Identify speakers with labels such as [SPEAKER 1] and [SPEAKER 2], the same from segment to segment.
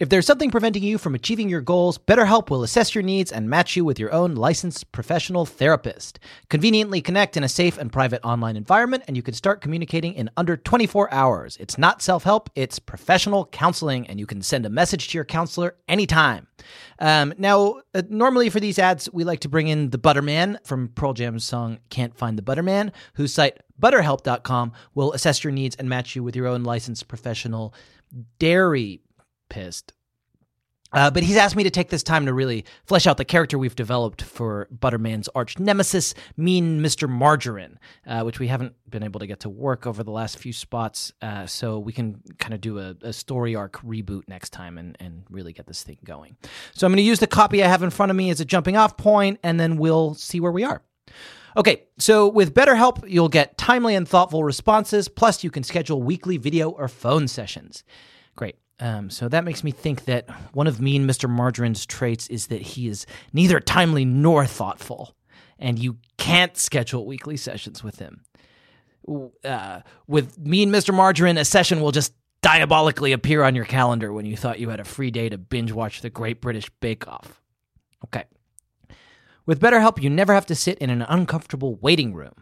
[SPEAKER 1] If there's something preventing you from achieving your goals, BetterHelp will assess your needs and match you with your own licensed professional therapist. Conveniently connect in a safe and private online environment, and you can start communicating in under 24 hours. It's not self help, it's professional counseling, and you can send a message to your counselor anytime. Um, now, uh, normally for these ads, we like to bring in the Butterman from Pearl Jam's song Can't Find the Butterman, whose site butterhelp.com will assess your needs and match you with your own licensed professional dairy pissed. Uh, but he's asked me to take this time to really flesh out the character we've developed for Butterman's arch nemesis, Mean Mr. Margarine, uh, which we haven't been able to get to work over the last few spots. Uh, so we can kind of do a, a story arc reboot next time and, and really get this thing going. So I'm going to use the copy I have in front of me as a jumping off point, and then we'll see where we are. Okay, so with BetterHelp, you'll get timely and thoughtful responses, plus, you can schedule weekly video or phone sessions. Great. Um, so that makes me think that one of mean Mr. Margarine's traits is that he is neither timely nor thoughtful, and you can't schedule weekly sessions with him. W- Uh, with mean Mr. Margarine, a session will just diabolically appear on your calendar when you thought you had a free day to binge watch the Great British Bake Off. Okay. With BetterHelp, you never have to sit in an uncomfortable waiting room.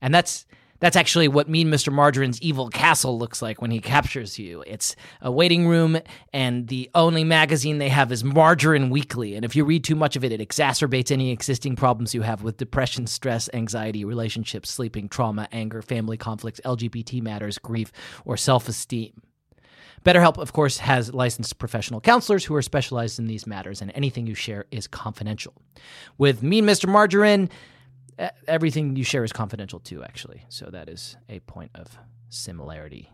[SPEAKER 1] And that's that's actually what Mean Mr. Margarine's evil castle looks like when he captures you. It's a waiting room, and the only magazine they have is Margarine Weekly. And if you read too much of it, it exacerbates any existing problems you have with depression, stress, anxiety, relationships, sleeping, trauma, anger, family conflicts, LGBT matters, grief, or self esteem. BetterHelp, of course, has licensed professional counselors who are specialized in these matters, and anything you share is confidential. With Mean Mr. Margarine, e- everything you share is confidential too, actually. So that is a point of similarity.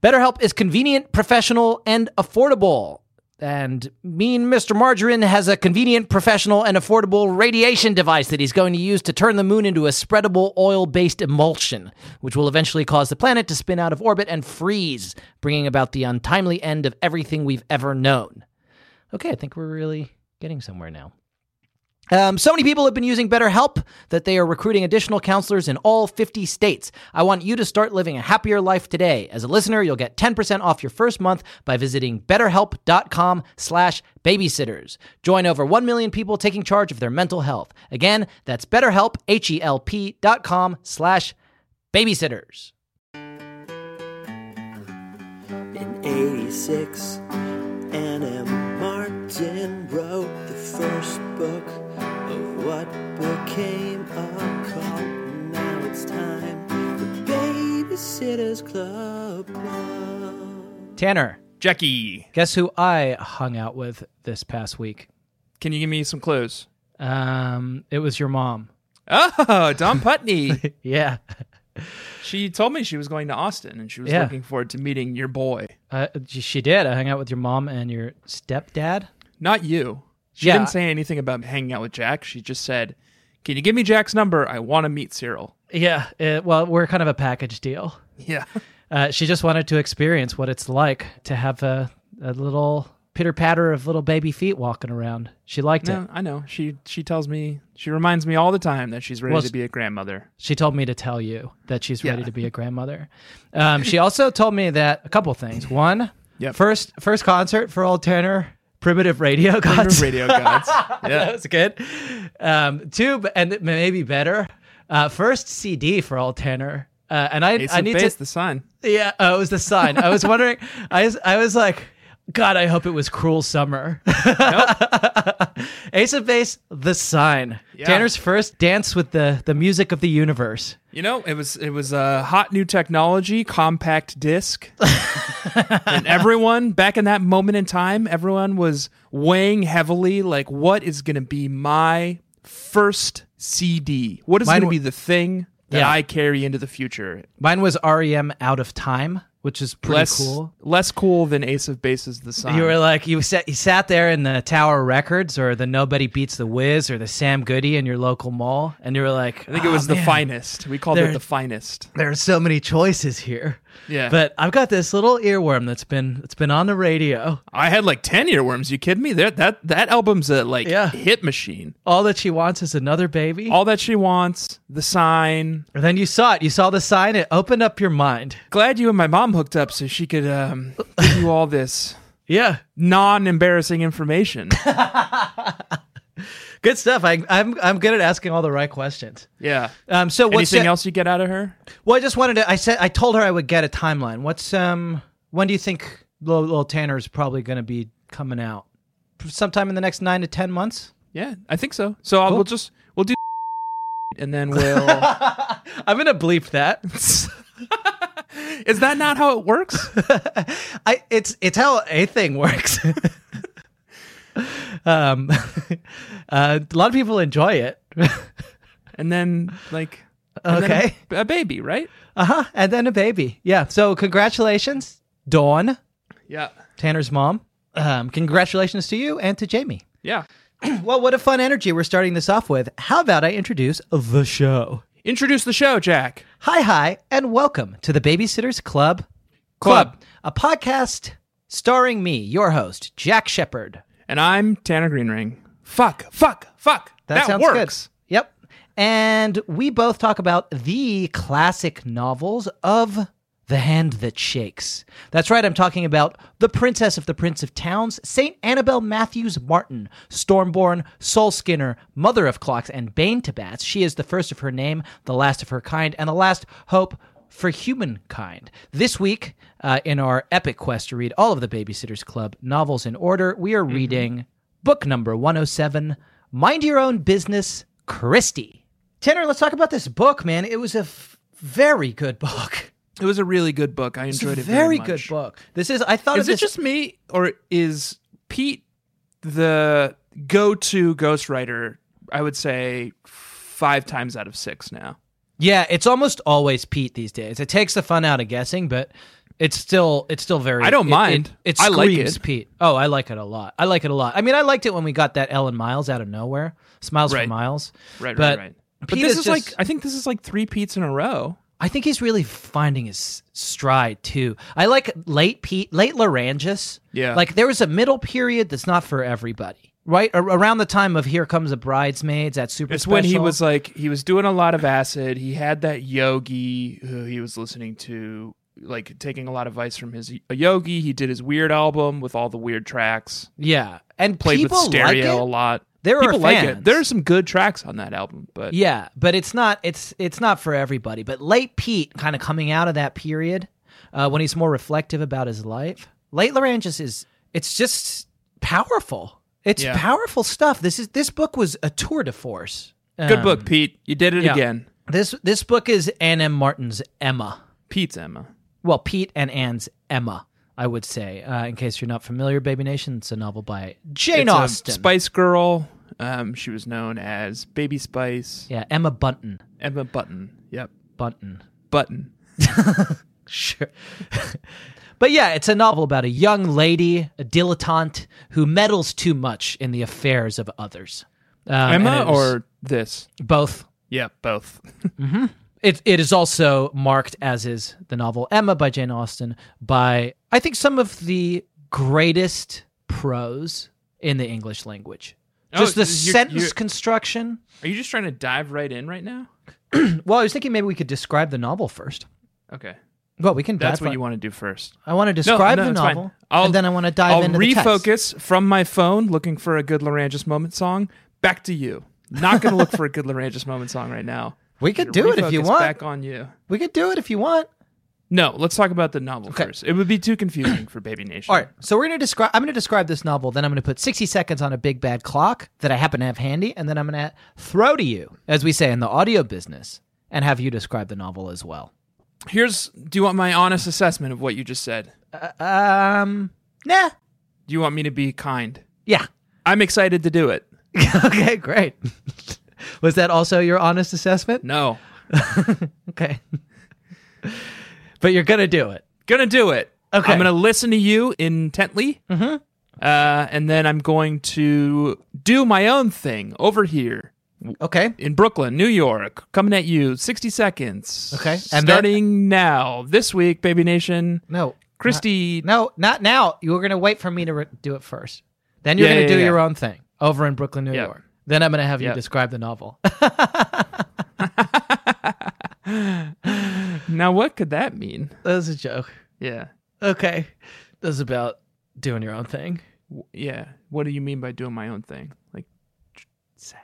[SPEAKER 1] BetterHelp is convenient, professional, and affordable. And mean Mr. Margarine has a convenient, professional, and affordable radiation device that he's going to use to turn the moon into a spreadable oil based emulsion, which will eventually cause the planet to spin out of orbit and freeze, bringing about the untimely end of everything we've ever known. Okay, I think we're really getting somewhere now. Um, so many people have been using BetterHelp that they are recruiting additional counselors in all 50 states. I want you to start living a happier life today. As a listener, you'll get 10% off your first month by visiting betterhelp.com slash babysitters. Join over 1 million people taking charge of their mental health. Again, that's betterhelp, H-E-L-P dot com slash babysitters.
[SPEAKER 2] In 86, Anna Martin wrote the first book of what became a cult. Now it's time, the Babysitter's Club.
[SPEAKER 1] Tanner,
[SPEAKER 3] Jackie,
[SPEAKER 1] guess who I hung out with this past week?
[SPEAKER 3] can you give me some clues?
[SPEAKER 1] Um, it was your mom.
[SPEAKER 3] Oh, Don Putney.
[SPEAKER 1] Yeah.
[SPEAKER 3] she told me she was going to Austin and she was
[SPEAKER 1] Yeah.
[SPEAKER 3] looking forward to meeting your boy.
[SPEAKER 1] Uh, she did. I hung out with your mom and your stepdad.
[SPEAKER 3] Not you. She
[SPEAKER 1] Yeah.
[SPEAKER 3] didn't say anything about hanging out with Jack. She just said, Can you give me Jack's number? I want to meet Cyril.
[SPEAKER 1] Yeah. uh, well, we're kind of a package deal.
[SPEAKER 3] Yeah.
[SPEAKER 1] Uh, she just wanted to experience what it's like to have a, a little pitter patter of little baby feet walking around. She liked
[SPEAKER 3] No,
[SPEAKER 1] it.
[SPEAKER 3] I know. She she tells me she reminds me all the time that she's ready
[SPEAKER 1] Well,
[SPEAKER 3] to be a grandmother.
[SPEAKER 1] She told me to tell you that she's ready
[SPEAKER 3] Yeah.
[SPEAKER 1] to be a grandmother. Um, she also told me that a couple things. One,
[SPEAKER 3] Yep.
[SPEAKER 1] first first concert for old Tanner, Primitive Radio Gods.
[SPEAKER 3] Radio gods.
[SPEAKER 1] that
[SPEAKER 3] Yeah.
[SPEAKER 1] was good. Um, two, b- and maybe better. Uh, first CD for old Tanner. Uh, and I,
[SPEAKER 3] Ace
[SPEAKER 1] I
[SPEAKER 3] of
[SPEAKER 1] need
[SPEAKER 3] base,
[SPEAKER 1] to
[SPEAKER 3] the sign.
[SPEAKER 1] Yeah, oh, it was the sign. I was wondering. I was, I was like, God, I hope it was Cruel Summer. Ace of Base, the sign.
[SPEAKER 3] Yeah.
[SPEAKER 1] Tanner's first dance with the the music of the universe.
[SPEAKER 3] You know, it was it was a uh, hot new technology, compact disc, and everyone back in that moment in time, everyone was weighing heavily, like, what is going to be my first CD? What is
[SPEAKER 1] Mine
[SPEAKER 3] going to
[SPEAKER 1] wa-
[SPEAKER 3] be the thing that
[SPEAKER 1] Yeah.
[SPEAKER 3] I carry into the future?
[SPEAKER 1] Mine was REM Out of Time, which is pretty
[SPEAKER 3] less
[SPEAKER 1] cool.
[SPEAKER 3] less cool than Ace of Bases the Sun.
[SPEAKER 1] You were like you sat you sat there in the Tower Records or the Nobody Beats the Wiz or the Sam Goody in your local mall, and you were like,
[SPEAKER 3] I think it was the
[SPEAKER 1] Oh, man,
[SPEAKER 3] finest. We called
[SPEAKER 1] They're-
[SPEAKER 3] it the finest.
[SPEAKER 1] There are so many choices here.
[SPEAKER 3] Yeah.
[SPEAKER 1] But I've got this little earworm that's been it's been on the radio.
[SPEAKER 3] I had like ten earworms. You kidding me? That that that album's a like
[SPEAKER 1] Yeah.
[SPEAKER 3] hit machine.
[SPEAKER 1] All that she wants is another baby.
[SPEAKER 3] All that she wants, the sign.
[SPEAKER 1] and then you saw it. You saw the sign. It opened up your mind.
[SPEAKER 3] Glad you and my mom hooked up so she could um, give you all this
[SPEAKER 1] Yeah.
[SPEAKER 3] non-embarrassing information.
[SPEAKER 1] Uh, Good stuff. I, I'm I'm good at asking all the right questions.
[SPEAKER 3] Yeah.
[SPEAKER 1] Um. So what's
[SPEAKER 3] Anything
[SPEAKER 1] it-
[SPEAKER 3] else you get out of her?
[SPEAKER 1] Well, I just wanted to. I said I told her I would get a timeline. What's um? When do you think Lil, Lil Tanner is probably going to be coming out? Sometime in the next nine to ten months.
[SPEAKER 3] Yeah, I think so. So I'll, we'll just we'll do and then we'll.
[SPEAKER 1] I'm going to bleep that.
[SPEAKER 3] Is that not how it works?
[SPEAKER 1] I it's it's how a thing works. um, uh, a lot of people enjoy it. Uh-huh,
[SPEAKER 3] And then like and then
[SPEAKER 1] okay.
[SPEAKER 3] a, a baby, right?
[SPEAKER 1] Uh huh. And then a baby. Yeah. So congratulations, Dawn,
[SPEAKER 3] Yeah.
[SPEAKER 1] Tanner's mom. Um, congratulations to you and to Jamie.
[SPEAKER 3] Yeah.
[SPEAKER 1] Well, what a fun energy we're starting this off with. How about I introduce the show?
[SPEAKER 3] Introduce the show, Jack.
[SPEAKER 1] Hi, hi, and welcome to the Babysitters Club.
[SPEAKER 3] Club.
[SPEAKER 1] a podcast starring me, your host, Jack Shepard.
[SPEAKER 3] And I'm Tanner Greenring. Fuck, fuck, fuck.
[SPEAKER 1] That,
[SPEAKER 3] That,
[SPEAKER 1] sounds
[SPEAKER 3] works.
[SPEAKER 1] good. Yep. And we both talk about the classic novels of The Hand That Shakes. That's right, I'm talking about The Princess of the Prince of Towns, St. Annabel Matthews Martin, Stormborn, Soul Skinner, Mother of Clocks, and Bane to Bats. She is the first of her name, the last of her kind, and the last hope for humankind. This week, uh, in our epic quest to read all of the Babysitters Club novels in order, we
[SPEAKER 3] Mm-hmm.
[SPEAKER 1] are reading book number 107 Mind Your Own Business, Christie. Tanner, let's talk about this book, man. It was a f- very good book.
[SPEAKER 3] It was a really good book. I enjoyed it
[SPEAKER 1] very
[SPEAKER 3] very,
[SPEAKER 1] good
[SPEAKER 3] much.
[SPEAKER 1] book. This is, I thought
[SPEAKER 3] Is
[SPEAKER 1] of
[SPEAKER 3] it
[SPEAKER 1] this.
[SPEAKER 3] just me or is Pete the go-to ghostwriter? I would say 5 times out of 6 now.
[SPEAKER 1] yeah, it's almost always Pete these days. It takes the fun out of guessing, but it's still, it's still very.
[SPEAKER 3] I don't
[SPEAKER 1] it-
[SPEAKER 3] mind.
[SPEAKER 1] It, it
[SPEAKER 3] I like
[SPEAKER 1] screams
[SPEAKER 3] it.
[SPEAKER 1] Pete. Oh, I like it a lot. I like it a lot. I mean, I liked it when we got that Ellen Miles out of nowhere. Smiles for
[SPEAKER 3] Right.
[SPEAKER 1] Miles.
[SPEAKER 3] Right,
[SPEAKER 1] But
[SPEAKER 3] right, right. But
[SPEAKER 1] Pete
[SPEAKER 3] this
[SPEAKER 1] is
[SPEAKER 3] is,
[SPEAKER 1] just-
[SPEAKER 3] like I think this is like 3 Pete's in a row.
[SPEAKER 1] I think he's really finding his stride too. I like late Pete, late Larangis.
[SPEAKER 3] Yeah.
[SPEAKER 1] Like there was a middle period that's not for everybody, right? A- around the time of Here Comes the Bridesmaids, that super.
[SPEAKER 3] It's when he
[SPEAKER 1] special.
[SPEAKER 3] was like he was doing a lot of acid. He had that yogi who he was listening to, like taking a lot of advice from his a yogi. He did his weird album with all the weird tracks.
[SPEAKER 1] yeah, and
[SPEAKER 3] Played
[SPEAKER 1] people
[SPEAKER 3] with stereo a
[SPEAKER 1] Like
[SPEAKER 3] lot.
[SPEAKER 1] There are
[SPEAKER 3] people like
[SPEAKER 1] fans.
[SPEAKER 3] it. There are some good tracks on that album,
[SPEAKER 1] it.
[SPEAKER 3] but
[SPEAKER 1] Yeah, but it's not. It's it's not for everybody. But late Pete, kind of coming out of that period uh, when he's more reflective about his life. Late Larangis is. It's just powerful. It's
[SPEAKER 3] Yeah.
[SPEAKER 1] powerful stuff. This is this book was a tour de force.
[SPEAKER 3] good
[SPEAKER 1] Um,
[SPEAKER 3] book, Pete. You did it
[SPEAKER 1] yeah.
[SPEAKER 3] again.
[SPEAKER 1] This this book is Anne M. Martin's Emma.
[SPEAKER 3] Pete's Emma.
[SPEAKER 1] Well, Pete and Anne's Emma, I would say. Uh, in case you're not familiar, Baby Nation, it's a novel by Jane
[SPEAKER 3] It's a
[SPEAKER 1] Austen.
[SPEAKER 3] Spice Girl. Um, she was known as Baby Spice.
[SPEAKER 1] yeah, Emma Bunton.
[SPEAKER 3] Emma Button. Yep.
[SPEAKER 1] Bunton.
[SPEAKER 3] Button.
[SPEAKER 1] Sure. but yeah, it's a novel about a young lady, a dilettante, who meddles too much in the affairs of others. Um,
[SPEAKER 3] Emma
[SPEAKER 1] and it was
[SPEAKER 3] or this?
[SPEAKER 1] both.
[SPEAKER 3] Yeah, both.
[SPEAKER 1] It, it is also marked as is the novel Emma by Jane Austen by I think some of the greatest prose in the English language.
[SPEAKER 3] Oh,
[SPEAKER 1] Just the
[SPEAKER 3] you're-
[SPEAKER 1] sentence
[SPEAKER 3] you're-
[SPEAKER 1] construction.
[SPEAKER 3] Are you just trying to dive right in right now?
[SPEAKER 1] Well, I was thinking maybe we could describe the novel first.
[SPEAKER 3] Okay.
[SPEAKER 1] Well, we can
[SPEAKER 3] That's
[SPEAKER 1] dive
[SPEAKER 3] what
[SPEAKER 1] on-
[SPEAKER 3] you want to do first.
[SPEAKER 1] I want to
[SPEAKER 3] No,
[SPEAKER 1] describe
[SPEAKER 3] no,
[SPEAKER 1] the
[SPEAKER 3] it's fine.
[SPEAKER 1] novel,
[SPEAKER 3] I'll-
[SPEAKER 1] and then I want to dive
[SPEAKER 3] I'll
[SPEAKER 1] into the text.
[SPEAKER 3] refocus from my phone looking for a good Larangis moment song back to you. Not going to look for a good Larangis moment song right now.
[SPEAKER 1] We could do it if you
[SPEAKER 3] Refocus
[SPEAKER 1] want.
[SPEAKER 3] Back on you.
[SPEAKER 1] We could do it if you want.
[SPEAKER 3] No, let's talk about the novel
[SPEAKER 1] Okay.
[SPEAKER 3] first. It would be too confusing for Baby Nation.
[SPEAKER 1] All right, so we're gonna describe. I'm gonna describe this novel. Then I'm gonna put 60 seconds on a big bad clock that I happen to have handy, and then I'm gonna throw to you, as we say in the audio business, and have you describe the novel as well.
[SPEAKER 3] Here's do you want my honest assessment of what you just said?
[SPEAKER 1] Um, nah,
[SPEAKER 3] Do you want me to be kind?
[SPEAKER 1] yeah,
[SPEAKER 3] I'm excited to do it.
[SPEAKER 1] okay, great. Was that also your honest assessment?
[SPEAKER 3] No.
[SPEAKER 1] Okay, but you're gonna do it.
[SPEAKER 3] Gonna do it.
[SPEAKER 1] Okay.
[SPEAKER 3] I'm gonna listen to you intently. Mm-hmm. Uh, and then I'm going to do my own thing over here
[SPEAKER 1] Okay.
[SPEAKER 3] in Brooklyn, New York, coming at you 60 seconds.
[SPEAKER 1] Okay, and then-
[SPEAKER 3] Starting now, this week, Baby Nation,
[SPEAKER 1] No.
[SPEAKER 3] Christy.
[SPEAKER 1] No, not now. You were going to wait for me to re- do it first. Then you're
[SPEAKER 3] Yeah,
[SPEAKER 1] going to
[SPEAKER 3] yeah,
[SPEAKER 1] do
[SPEAKER 3] yeah.
[SPEAKER 1] your own thing over in Brooklyn, New
[SPEAKER 3] Yeah.
[SPEAKER 1] York. Then I'm going to have you
[SPEAKER 3] Yeah.
[SPEAKER 1] describe the novel.
[SPEAKER 3] Now, what could that mean?
[SPEAKER 1] That's a joke.
[SPEAKER 3] Yeah.
[SPEAKER 1] Okay. This is about doing your own thing.
[SPEAKER 3] W- Yeah. What do you mean by doing my own thing? Like, tr- sa-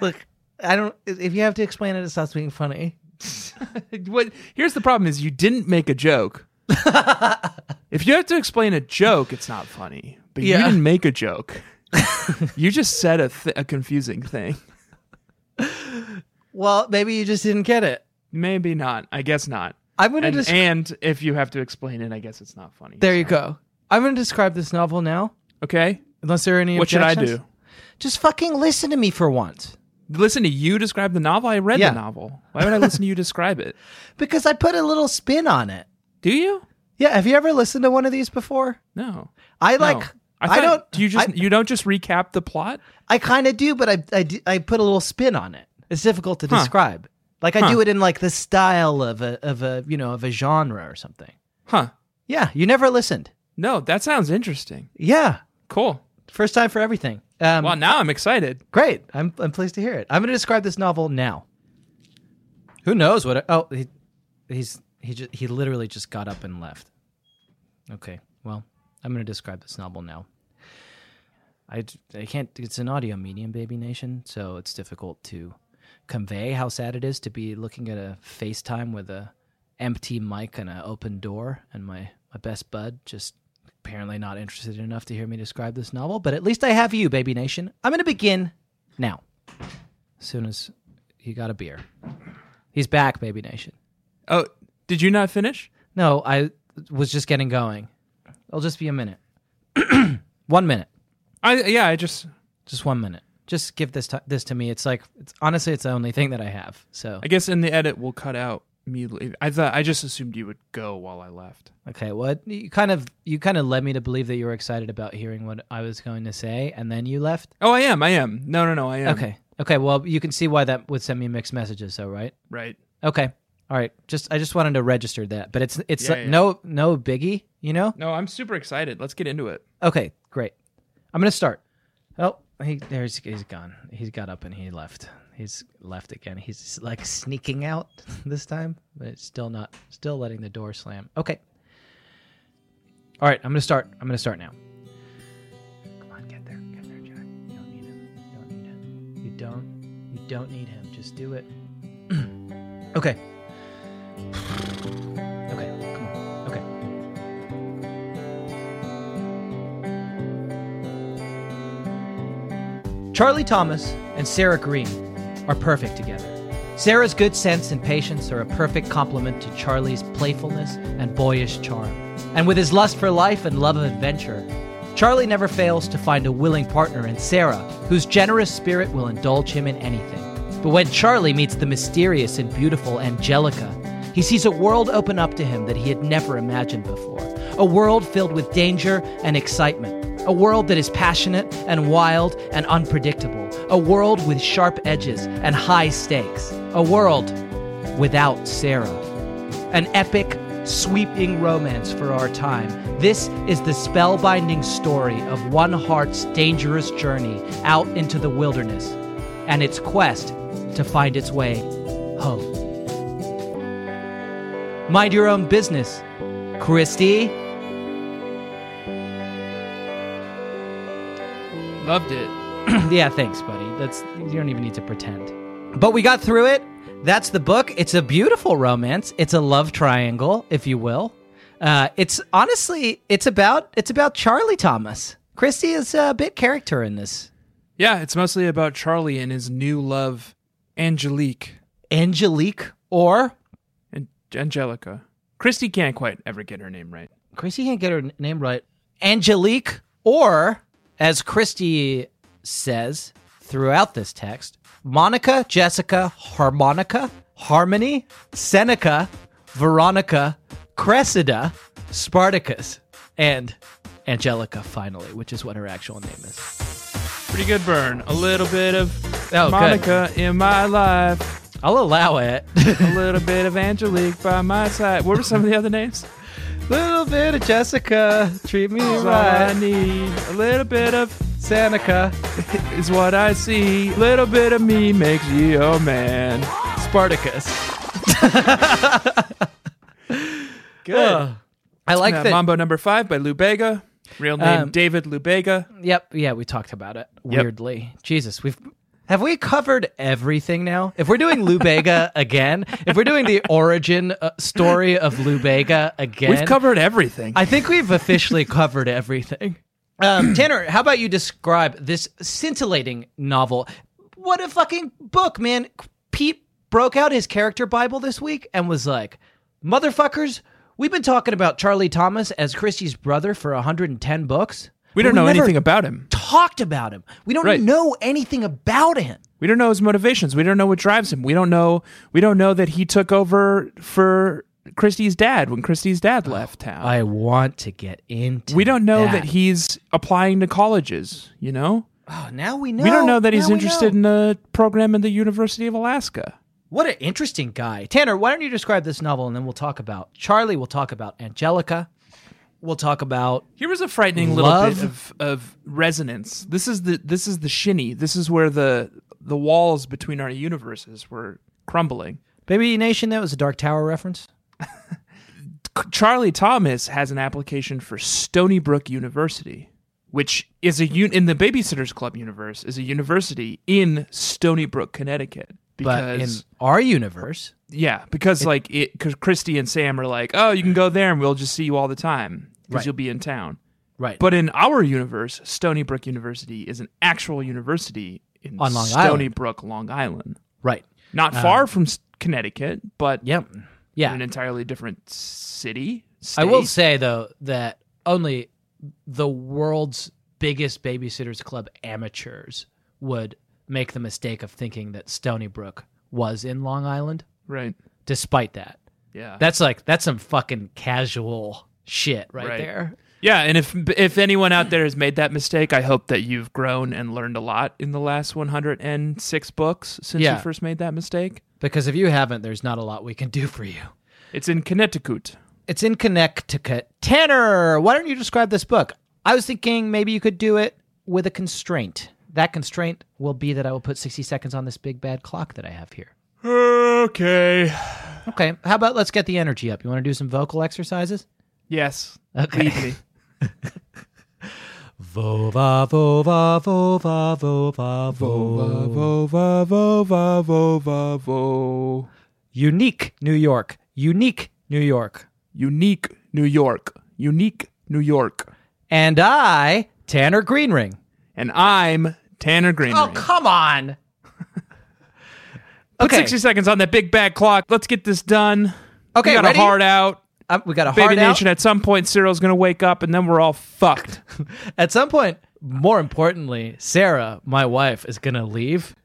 [SPEAKER 1] Look, I don't. If you have to explain it, it stops being funny.
[SPEAKER 3] what? Here's the problem: is you didn't make a joke. if you have to explain a joke, it's not funny. But you
[SPEAKER 1] Yeah.
[SPEAKER 3] didn't make a joke. you just said a, th- a confusing thing.
[SPEAKER 1] Well, maybe you just didn't get it.
[SPEAKER 3] Maybe not. I guess not.
[SPEAKER 1] I'm going to
[SPEAKER 3] And,
[SPEAKER 1] just.
[SPEAKER 3] and if you have to explain it, I guess it's not funny.
[SPEAKER 1] there you go. I'm going to describe this novel now.
[SPEAKER 3] Okay.
[SPEAKER 1] Unless there are any
[SPEAKER 3] What should I
[SPEAKER 1] objections.
[SPEAKER 3] do?
[SPEAKER 1] Just fucking listen to me for once.
[SPEAKER 3] Listen to you describe the novel. I read
[SPEAKER 1] Yeah.
[SPEAKER 3] the novel. Why would I listen to you describe it?
[SPEAKER 1] Because I put a little spin on it.
[SPEAKER 3] Do you?
[SPEAKER 1] Yeah, have you ever listened to one of these before?
[SPEAKER 3] No.
[SPEAKER 1] I
[SPEAKER 3] No.
[SPEAKER 1] like I,
[SPEAKER 3] thought-
[SPEAKER 1] don't
[SPEAKER 3] Do you just
[SPEAKER 1] I,
[SPEAKER 3] you don't just recap the plot?
[SPEAKER 1] I kind of do, but I, I do- I put a little spin on it. It's difficult to
[SPEAKER 3] Huh.
[SPEAKER 1] describe. Like I
[SPEAKER 3] Huh.
[SPEAKER 1] do it in like the style of a of a you know of a genre or something.
[SPEAKER 3] Huh.
[SPEAKER 1] Yeah, you never listened.
[SPEAKER 3] No. That sounds interesting.
[SPEAKER 1] Yeah,
[SPEAKER 3] Cool.
[SPEAKER 1] first time for everything. Um,
[SPEAKER 3] Well, now I'm excited.
[SPEAKER 1] great. I'm I'm pleased to hear it. I'm going to describe this novel now. Who knows what? oh, he, he's he just he literally just got up and left. Okay. Well, I'm going to describe this novel now. I d- I can't. It's an audio medium, Baby Nation, so it's difficult to convey how sad it is to be looking at a FaceTime with a empty mic and an open door, and my my best bud just apparently not interested enough to hear me describe this novel. But at least I have you, Baby Nation. I'm going to begin now. As soon as he got a beer, he's back, Baby Nation.
[SPEAKER 3] Oh, did you not finish?
[SPEAKER 1] No, I was just getting going. It'll just be a minute. one minute.
[SPEAKER 3] I yeah. I just
[SPEAKER 1] Just one minute. Just give this to, this to me. It's like it's honestly it's the only thing that I have. So
[SPEAKER 3] I guess in the edit we'll cut out me. leave- I thought I just assumed you would go while I left.
[SPEAKER 1] okay, well you kind of you kind of led me to believe that you were excited about hearing what I was going to say, and then you left.
[SPEAKER 3] Oh, I am. I am. No, no, no. I am.
[SPEAKER 1] Okay, okay. Well, you can see why that would send me mixed messages, though, right?
[SPEAKER 3] Right.
[SPEAKER 1] Okay, all right. Just I just wanted to register that, but it's it's
[SPEAKER 3] Yeah,
[SPEAKER 1] uh,
[SPEAKER 3] yeah.
[SPEAKER 1] no no biggie, you know.
[SPEAKER 3] No, I'm super excited. Let's get into it.
[SPEAKER 1] Okay, great. I'm gonna start. Oh, he there's he's gone. He's got up and he left. He's left again. He's like sneaking out this time, but it's still not still letting the door slam. Okay. All right, I'm gonna start. I'm gonna start now. Come on, get there, get there, Jack. You don't need him. You don't need him. You don't. You don't need him. Just do it. okay. Okay. Come on. Okay. Charlie Thomas and Sarah Green are perfect together. Sarah's good sense and patience are a perfect complement to Charlie's playfulness and boyish charm. And with his lust for life and love of adventure, Charlie never fails to find a willing partner in Sarah, whose generous spirit will indulge him in anything. But when Charlie meets the mysterious and beautiful Angelica, he sees a world open up to him that he had never imagined before. A world filled with danger and excitement. A world that is passionate and wild and unpredictable. A world with sharp edges and high stakes. A world without Sarah. An epic, sweeping romance for our time. This is the spellbinding story of one heart's dangerous journey out into the wilderness and its quest to find its way home. Mind your own business, Christy.
[SPEAKER 3] Loved it.
[SPEAKER 1] yeah, thanks, buddy. That's you don't even need to pretend. But we got through it. That's the book. It's a beautiful romance. It's a love triangle, if you will. Uh, it's honestly, it's about it's about Charlie Thomas. Christy is a bit character in this.
[SPEAKER 3] Yeah, it's mostly about Charlie and his new love, Angelique
[SPEAKER 1] Angelique or
[SPEAKER 3] and Angelica. Christy can't quite ever get her name right.
[SPEAKER 1] Christy can't get her n- name right. Angelique or, as Christy says throughout this text, Monica, Jessica, Harmonica, Harmony, Seneca, Veronica, Cressida, Spartacus, and Angelica, finally, which is what her actual name is.
[SPEAKER 3] Pretty good burn. A little bit of
[SPEAKER 1] Oh, good.
[SPEAKER 3] Monica in my life.
[SPEAKER 1] I'll allow it.
[SPEAKER 3] A little bit of Angelique by my side. What were some of the other names?
[SPEAKER 1] little bit of Jessica, treat me
[SPEAKER 3] That's all I
[SPEAKER 1] right.
[SPEAKER 3] need. A little bit of
[SPEAKER 1] Sanica,
[SPEAKER 3] is what I see. A little bit of me makes you a man.
[SPEAKER 1] Spartacus.
[SPEAKER 3] Good.
[SPEAKER 1] I like
[SPEAKER 3] Uh,
[SPEAKER 1] that.
[SPEAKER 3] Mambo number five by Lou Bega. Real name
[SPEAKER 1] Um,
[SPEAKER 3] David Lou Bega.
[SPEAKER 1] Yep. Yeah, we talked about it weirdly. Jesus, we've have we covered everything now? If we're doing Lou Bega again, if we're doing the origin uh, story of Lou Bega again,
[SPEAKER 3] We've covered everything.
[SPEAKER 1] I think we've officially covered everything. Um, Tanner, how about you describe this scintillating novel? What a fucking book, man. Pete broke out his character Bible this week and was like, motherfuckers, we've been talking about Charlie Thomas as Christie's brother for 110 books.
[SPEAKER 3] we don't
[SPEAKER 1] but
[SPEAKER 3] know
[SPEAKER 1] never
[SPEAKER 3] anything about him.
[SPEAKER 1] Talked about him. We don't
[SPEAKER 3] Right.
[SPEAKER 1] know anything about him.
[SPEAKER 3] We don't know his motivations. We don't know what drives him. We don't know. We don't know that he took over for Christie's dad when Christie's dad left town.
[SPEAKER 1] I want to get into.
[SPEAKER 3] we don't know that. he's applying to colleges. You know,
[SPEAKER 1] Oh, now we know.
[SPEAKER 3] we don't know that he's
[SPEAKER 1] Now we
[SPEAKER 3] interested
[SPEAKER 1] know.
[SPEAKER 3] in a program at the University of Alaska.
[SPEAKER 1] What an interesting guy. Tanner, why don't you describe this novel and then we'll talk about Charlie, we'll talk about Angelica, we'll talk about
[SPEAKER 3] Here was a frightening little
[SPEAKER 1] Love.
[SPEAKER 3] bit of, of resonance. This is the this is the shinny. This is where the the walls between our universes were crumbling.
[SPEAKER 1] Baby Nation. That was a Dark Tower reference.
[SPEAKER 3] C- Charlie Thomas has an application for Stony Brook University, which is a un- in the Babysitters Club universe is a university in Stony Brook, Connecticut.
[SPEAKER 1] But in
[SPEAKER 3] Because
[SPEAKER 1] our universe,
[SPEAKER 3] yeah, because like it because Christy and Sam are like, oh, you can go there and we'll just see you all the time because
[SPEAKER 1] Right.
[SPEAKER 3] you'll be in town.
[SPEAKER 1] right.
[SPEAKER 3] But in our universe, Stony Brook University is an actual university in
[SPEAKER 1] On Long
[SPEAKER 3] Stony
[SPEAKER 1] Island.
[SPEAKER 3] Brook, Long Island,
[SPEAKER 1] right.
[SPEAKER 3] not far from S- Connecticut, but
[SPEAKER 1] Yep.
[SPEAKER 3] in
[SPEAKER 1] Yeah.
[SPEAKER 3] an entirely different city.
[SPEAKER 1] I will
[SPEAKER 3] state.
[SPEAKER 1] say though that only the world's biggest babysitters club amateurs would make the mistake of thinking that Stony Brook was in Long Island,
[SPEAKER 3] right.
[SPEAKER 1] despite that.
[SPEAKER 3] Yeah.
[SPEAKER 1] That's like that's some fucking casual shit right.
[SPEAKER 3] Right.
[SPEAKER 1] there.
[SPEAKER 3] Yeah, and if if anyone out there has made that mistake, I hope that you've grown and learned a lot in the last 106 books since
[SPEAKER 1] Yeah.
[SPEAKER 3] you first made that mistake.
[SPEAKER 1] Because if you haven't, there's not a lot we can do for you.
[SPEAKER 3] It's in Connecticut.
[SPEAKER 1] It's in Connecticut. Tanner, why don't you describe this book? I was thinking maybe you could do it with a constraint. That constraint will be that I will put 60 seconds on this big bad clock that I have here.
[SPEAKER 3] Okay.
[SPEAKER 1] Okay, how about let's get the energy up? You want to do some vocal exercises?
[SPEAKER 3] Yes.
[SPEAKER 1] Okay.
[SPEAKER 3] Lead me.
[SPEAKER 1] Vova, vova, vova, vova,
[SPEAKER 3] Vova, vova, vova, vova, vo.
[SPEAKER 1] Unique New York. Unique New York.
[SPEAKER 3] Unique New York. Unique New York.
[SPEAKER 1] And I, Tanner Greenring.
[SPEAKER 3] And I'm Tanner Green.
[SPEAKER 1] Oh, come on.
[SPEAKER 3] Put 60 seconds on that big bad clock. Let's get this done.
[SPEAKER 1] Okay,
[SPEAKER 3] we got
[SPEAKER 1] ready?
[SPEAKER 3] a heart out.
[SPEAKER 1] Uh, we got a
[SPEAKER 3] Baby
[SPEAKER 1] hard out.
[SPEAKER 3] Nation, at some point, Cyril's going to wake up, and then we're all fucked.
[SPEAKER 1] At some point, more importantly, Sarah, my wife, is gonna leave,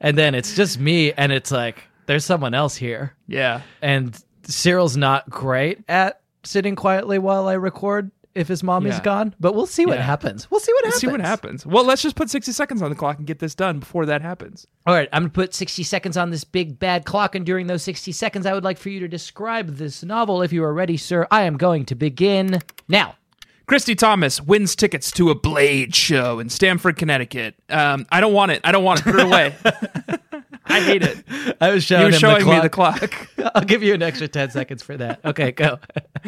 [SPEAKER 1] and then it's just me, and it's like there's someone else here,
[SPEAKER 3] Yeah.
[SPEAKER 1] and Cyril's not great at sitting quietly while I record if his mommy's
[SPEAKER 3] Yeah.
[SPEAKER 1] gone. But we'll see what
[SPEAKER 3] Yeah.
[SPEAKER 1] happens. We'll see what happens.
[SPEAKER 3] See what happens. Well, let's just put 60 seconds on the clock and get this done before that happens.
[SPEAKER 1] All right, I'm gonna put 60 seconds on this big bad clock, and during those 60 seconds, I would like for you to describe this novel if you are ready, sir. I am going to begin now.
[SPEAKER 3] Christy Thomas wins tickets to a Blade show in Stamford, Connecticut. Um, I don't want it. I don't want it. Put it away. I hate it.
[SPEAKER 1] I was showing
[SPEAKER 3] You were showing me the clock.
[SPEAKER 1] I'll give you an extra 10 seconds for that. Okay, go.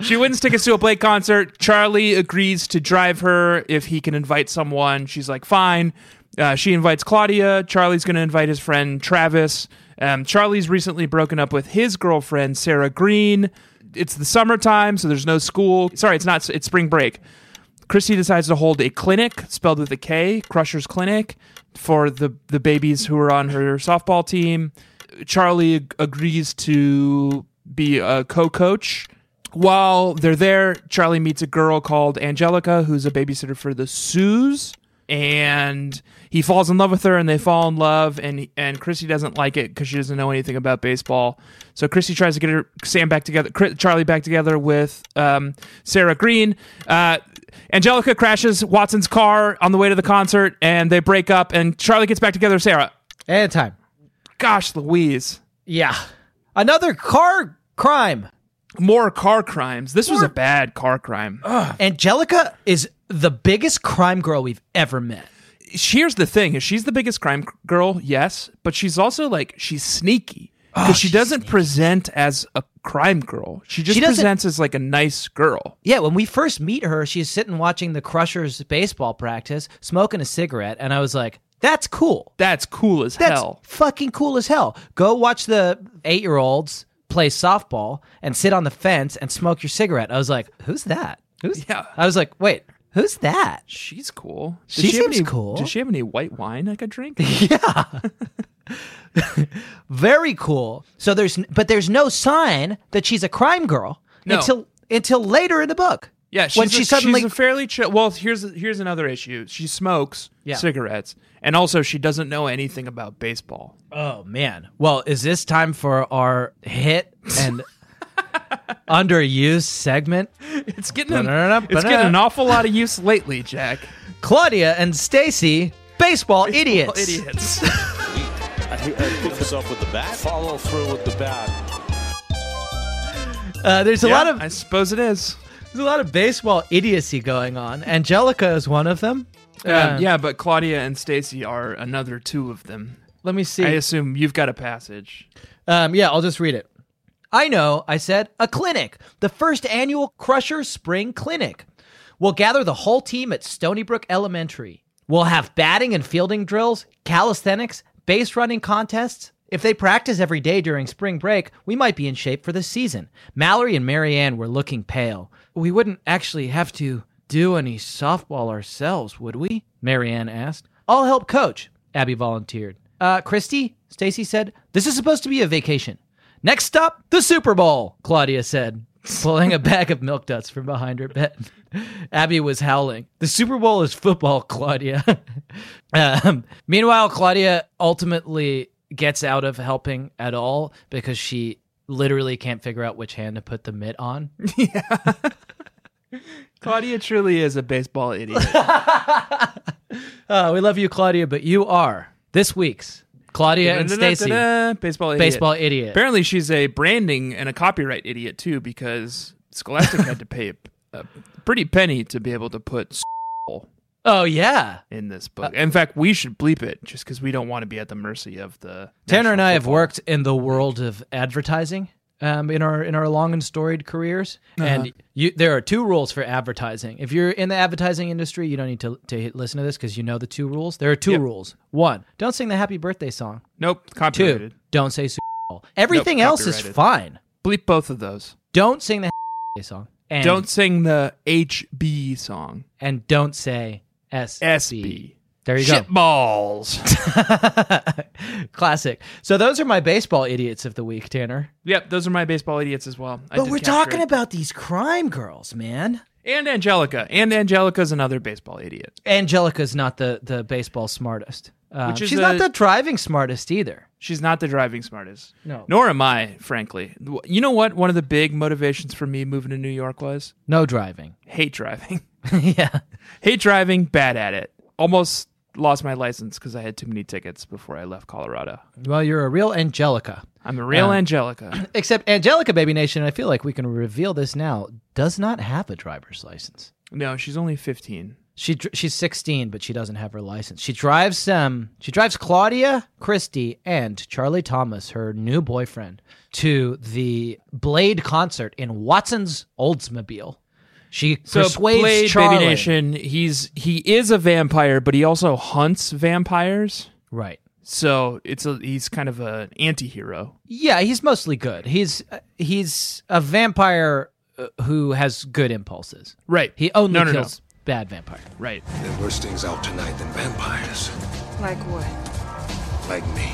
[SPEAKER 3] She wins tickets to a Blade concert. Charlie agrees to drive her if he can invite someone. She's like, fine. Uh, she invites Claudia. Charlie's going to invite his friend Travis. Um, Charlie's recently broken up with his girlfriend, Sarah Green. It's the summertime, so there's no school. Sorry, it's not, it's spring break. Christy decides to hold a clinic spelled with a K, Crusher's Clinic, for the the babies who are on her softball team. Charlie ag- agrees to be a co-coach. While they're there, Charlie meets a girl called Angelica, who's a babysitter for the Sues. and he falls in love with her and they fall in love and and Chrissy doesn't like it because she doesn't know anything about baseball. So Chrissy tries to get her Sam back together, Chris, Charlie back together with um, Sarah Green. Uh, Angelica crashes Watson's car on the way to the concert and they break up and Charlie gets back together with Sarah.
[SPEAKER 1] And time.
[SPEAKER 3] Gosh, Louise.
[SPEAKER 1] Yeah. Another car crime.
[SPEAKER 3] More car crimes. This was a bad car crime.
[SPEAKER 1] Angelica is the biggest crime girl we've ever met.
[SPEAKER 3] here's the thing is she's the biggest crime c- girl yes but she's also like she's sneaky because she doesn't present as a crime girl she just
[SPEAKER 1] She doesn't-
[SPEAKER 3] presents as like a nice girl
[SPEAKER 1] Yeah, when we first meet her, she's sitting watching the Crushers baseball practice, smoking a cigarette, and I was like, that's cool.
[SPEAKER 3] that's cool as
[SPEAKER 1] That's
[SPEAKER 3] hell
[SPEAKER 1] fucking cool as hell. Go watch the eight year olds play softball and sit on the fence and smoke your cigarette. I was like, who's that? Who's
[SPEAKER 3] Yeah.
[SPEAKER 1] I was like, wait, who's that?
[SPEAKER 3] she's cool Does
[SPEAKER 1] She
[SPEAKER 3] have
[SPEAKER 1] seems
[SPEAKER 3] any,
[SPEAKER 1] cool.
[SPEAKER 3] does she have any white wine i could drink
[SPEAKER 1] Very cool. So there's but there's no sign that she's a crime girl
[SPEAKER 3] No.
[SPEAKER 1] until until later in the book.
[SPEAKER 3] yeah she's
[SPEAKER 1] when
[SPEAKER 3] a,
[SPEAKER 1] she suddenly
[SPEAKER 3] she's a fairly chill well here's here's another issue she smokes
[SPEAKER 1] Yeah.
[SPEAKER 3] cigarettes and also she doesn't know anything about baseball
[SPEAKER 1] Oh man. Well, is this time for our hit and underused segment?
[SPEAKER 3] it's getting an,
[SPEAKER 1] Ba-da-da-da,
[SPEAKER 3] it's getting
[SPEAKER 1] ba-da.
[SPEAKER 3] an awful lot of use lately jack
[SPEAKER 1] Claudia and Stacy, baseball, idiots.
[SPEAKER 3] idiots
[SPEAKER 4] I hate I hit myself with the bat. Follow through with the bat.
[SPEAKER 1] Uh, there's a
[SPEAKER 3] Yeah,
[SPEAKER 1] lot of
[SPEAKER 3] i suppose it is
[SPEAKER 1] There's a lot of baseball idiocy going on. Angelica is one of them.
[SPEAKER 3] Um,
[SPEAKER 1] Uh,
[SPEAKER 3] yeah, but Claudia and Stacy are another two of them.
[SPEAKER 1] Let me
[SPEAKER 3] I
[SPEAKER 1] see.
[SPEAKER 3] assume you've got a passage.
[SPEAKER 1] Um, yeah, I'll just read it. I know, I said, a clinic, the first annual Crusher Spring Clinic. We'll gather the whole team at Stony Brook Elementary. We'll have batting and fielding drills, calisthenics, base running contests. If they practice every day during spring break, we might be in shape for the season. Mallory and Marianne were looking pale. We wouldn't actually have to do any softball ourselves, would we? Marianne asked. I'll help coach, Abby volunteered. Uh, Christy, Stacy said, this is supposed to be a vacation. Next stop, the Super Bowl, Claudia said, pulling a bag of milk duds from behind her bed. Abby was howling. The Super Bowl is football, Claudia. um, meanwhile, Claudia ultimately gets out of helping at all because she literally can't figure out which hand to put the mitt on.
[SPEAKER 3] Claudia truly is a baseball idiot.
[SPEAKER 1] Uh, we love you, Claudia, but you are this week's Claudia and Stacy
[SPEAKER 3] Da-da-da-da-da, baseball idiot.
[SPEAKER 1] baseball idiot.
[SPEAKER 3] Apparently, she's a branding and a copyright idiot too, because Scholastic had to pay a, a pretty penny to be able to put
[SPEAKER 1] Oh yeah.
[SPEAKER 3] in this
[SPEAKER 1] Uh,
[SPEAKER 3] book. In fact, we should bleep it just because we don't want to be at the mercy of the.
[SPEAKER 1] Tanner and
[SPEAKER 3] National
[SPEAKER 1] I have
[SPEAKER 3] Football.
[SPEAKER 1] worked in the world of advertising um, in our in our long and storied careers,
[SPEAKER 3] Uh-huh.
[SPEAKER 1] and you, there are two rules for advertising. If you're in the advertising industry, you don't need to, to listen to this because you know the two rules. There are two
[SPEAKER 3] Yep.
[SPEAKER 1] rules. One, don't sing the happy birthday song.
[SPEAKER 3] Nope,
[SPEAKER 1] Two,
[SPEAKER 3] copyrighted.
[SPEAKER 1] don't say Super Bowl. Everything else is
[SPEAKER 3] copyrighted.
[SPEAKER 1] fine.
[SPEAKER 3] Bleep both of those.
[SPEAKER 1] Don't sing the birthday song. And
[SPEAKER 3] don't sing the HB song.
[SPEAKER 1] and don't say SB.
[SPEAKER 3] SB.
[SPEAKER 1] There you go.
[SPEAKER 3] Shit balls.
[SPEAKER 1] Classic. So those are my baseball idiots of the week, Tanner.
[SPEAKER 3] Yep, those are my baseball idiots as well. I
[SPEAKER 1] But
[SPEAKER 3] did
[SPEAKER 1] we're
[SPEAKER 3] capture
[SPEAKER 1] talking
[SPEAKER 3] it.
[SPEAKER 1] about these crime girls, man.
[SPEAKER 3] and Angelica, and Angelica's another baseball idiot.
[SPEAKER 1] Angelica's not the the baseball smartest. Um,
[SPEAKER 3] Which is
[SPEAKER 1] she's
[SPEAKER 3] a-
[SPEAKER 1] not the driving smartest either.
[SPEAKER 3] She's not the driving smartest.
[SPEAKER 1] No.
[SPEAKER 3] nor am I, frankly. You know what? One of the big motivations for me moving to New York was
[SPEAKER 1] No driving.
[SPEAKER 3] hate driving.
[SPEAKER 1] yeah.
[SPEAKER 3] hate driving, bad at it. Almost lost my license because I had too many tickets before I left Colorado.
[SPEAKER 1] Well, you're a real Angelica.
[SPEAKER 3] I'm a
[SPEAKER 1] Uh,
[SPEAKER 3] real Angelica.
[SPEAKER 1] Except Angelica, baby nation. I feel like we can reveal this now. Does not have a driver's license.
[SPEAKER 3] No, she's only 15.
[SPEAKER 1] She dr- she's 16, but she doesn't have her license. She drives um she drives Claudia Christie and Charlie Thomas, her new boyfriend, to the Blade concert in Watson's Oldsmobile. She
[SPEAKER 3] So
[SPEAKER 1] persuades
[SPEAKER 3] Blade,
[SPEAKER 1] Charlie.
[SPEAKER 3] Baby Nation. He's he is a vampire, but he also hunts vampires.
[SPEAKER 1] Right.
[SPEAKER 3] So it's a he's kind of an anti-hero.
[SPEAKER 1] Yeah, he's mostly good. He's uh, he's a vampire uh, who has good impulses.
[SPEAKER 3] Right.
[SPEAKER 1] He only
[SPEAKER 3] no, no, no.
[SPEAKER 1] kills bad vampire.
[SPEAKER 3] Right.
[SPEAKER 5] There are worse things out tonight than vampires,
[SPEAKER 6] Like what?
[SPEAKER 5] like me.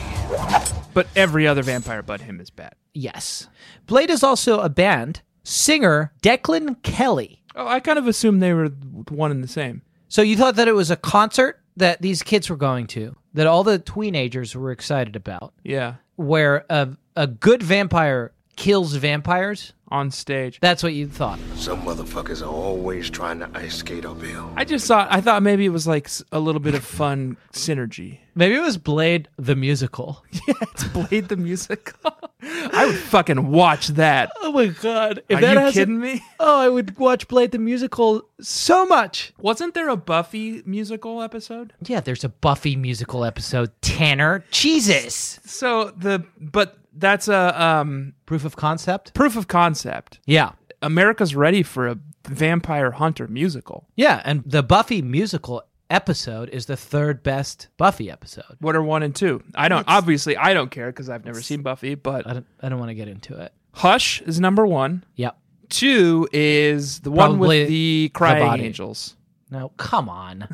[SPEAKER 3] But every other vampire but him is bad.
[SPEAKER 1] Yes. Blade is also a band singer Declan Kelly.
[SPEAKER 3] Oh, I kind of assumed they were one and the same.
[SPEAKER 1] So you thought that it was a concert that these kids were going to that all the teenagers were excited about,
[SPEAKER 3] Yeah.
[SPEAKER 1] where a, a good vampire kills vampires.
[SPEAKER 3] On stage.
[SPEAKER 1] That's what you thought.
[SPEAKER 5] Some motherfuckers are always trying to ice skate uphill.
[SPEAKER 3] I just thought I thought maybe it was like s- a little bit of fun synergy.
[SPEAKER 1] Maybe it was Blade the musical.
[SPEAKER 3] It's Blade the musical. I would fucking watch that.
[SPEAKER 1] Oh my god! If
[SPEAKER 3] Are
[SPEAKER 1] that
[SPEAKER 3] you
[SPEAKER 1] hasn't-
[SPEAKER 3] kidding me?
[SPEAKER 1] Oh, I would watch Blade the musical so much.
[SPEAKER 3] Wasn't there a Buffy musical episode?
[SPEAKER 1] Yeah, there's a Buffy musical episode. Tanner, Jesus,
[SPEAKER 3] So the but that's a um,
[SPEAKER 1] proof of concept.
[SPEAKER 3] proof of concept.
[SPEAKER 1] Yeah,
[SPEAKER 3] America's ready for a vampire hunter musical.
[SPEAKER 1] yeah, and the Buffy musical episode is the third best Buffy episode.
[SPEAKER 3] What are one and two? I don't obviously I don't care because I've never seen Buffy,
[SPEAKER 1] I
[SPEAKER 3] but
[SPEAKER 1] don't, I don't want to get into it.
[SPEAKER 3] Hush is number one.
[SPEAKER 1] Yep.
[SPEAKER 3] Two is the one
[SPEAKER 1] Probably
[SPEAKER 3] with the crying
[SPEAKER 1] body.
[SPEAKER 3] angels.
[SPEAKER 1] No, come on.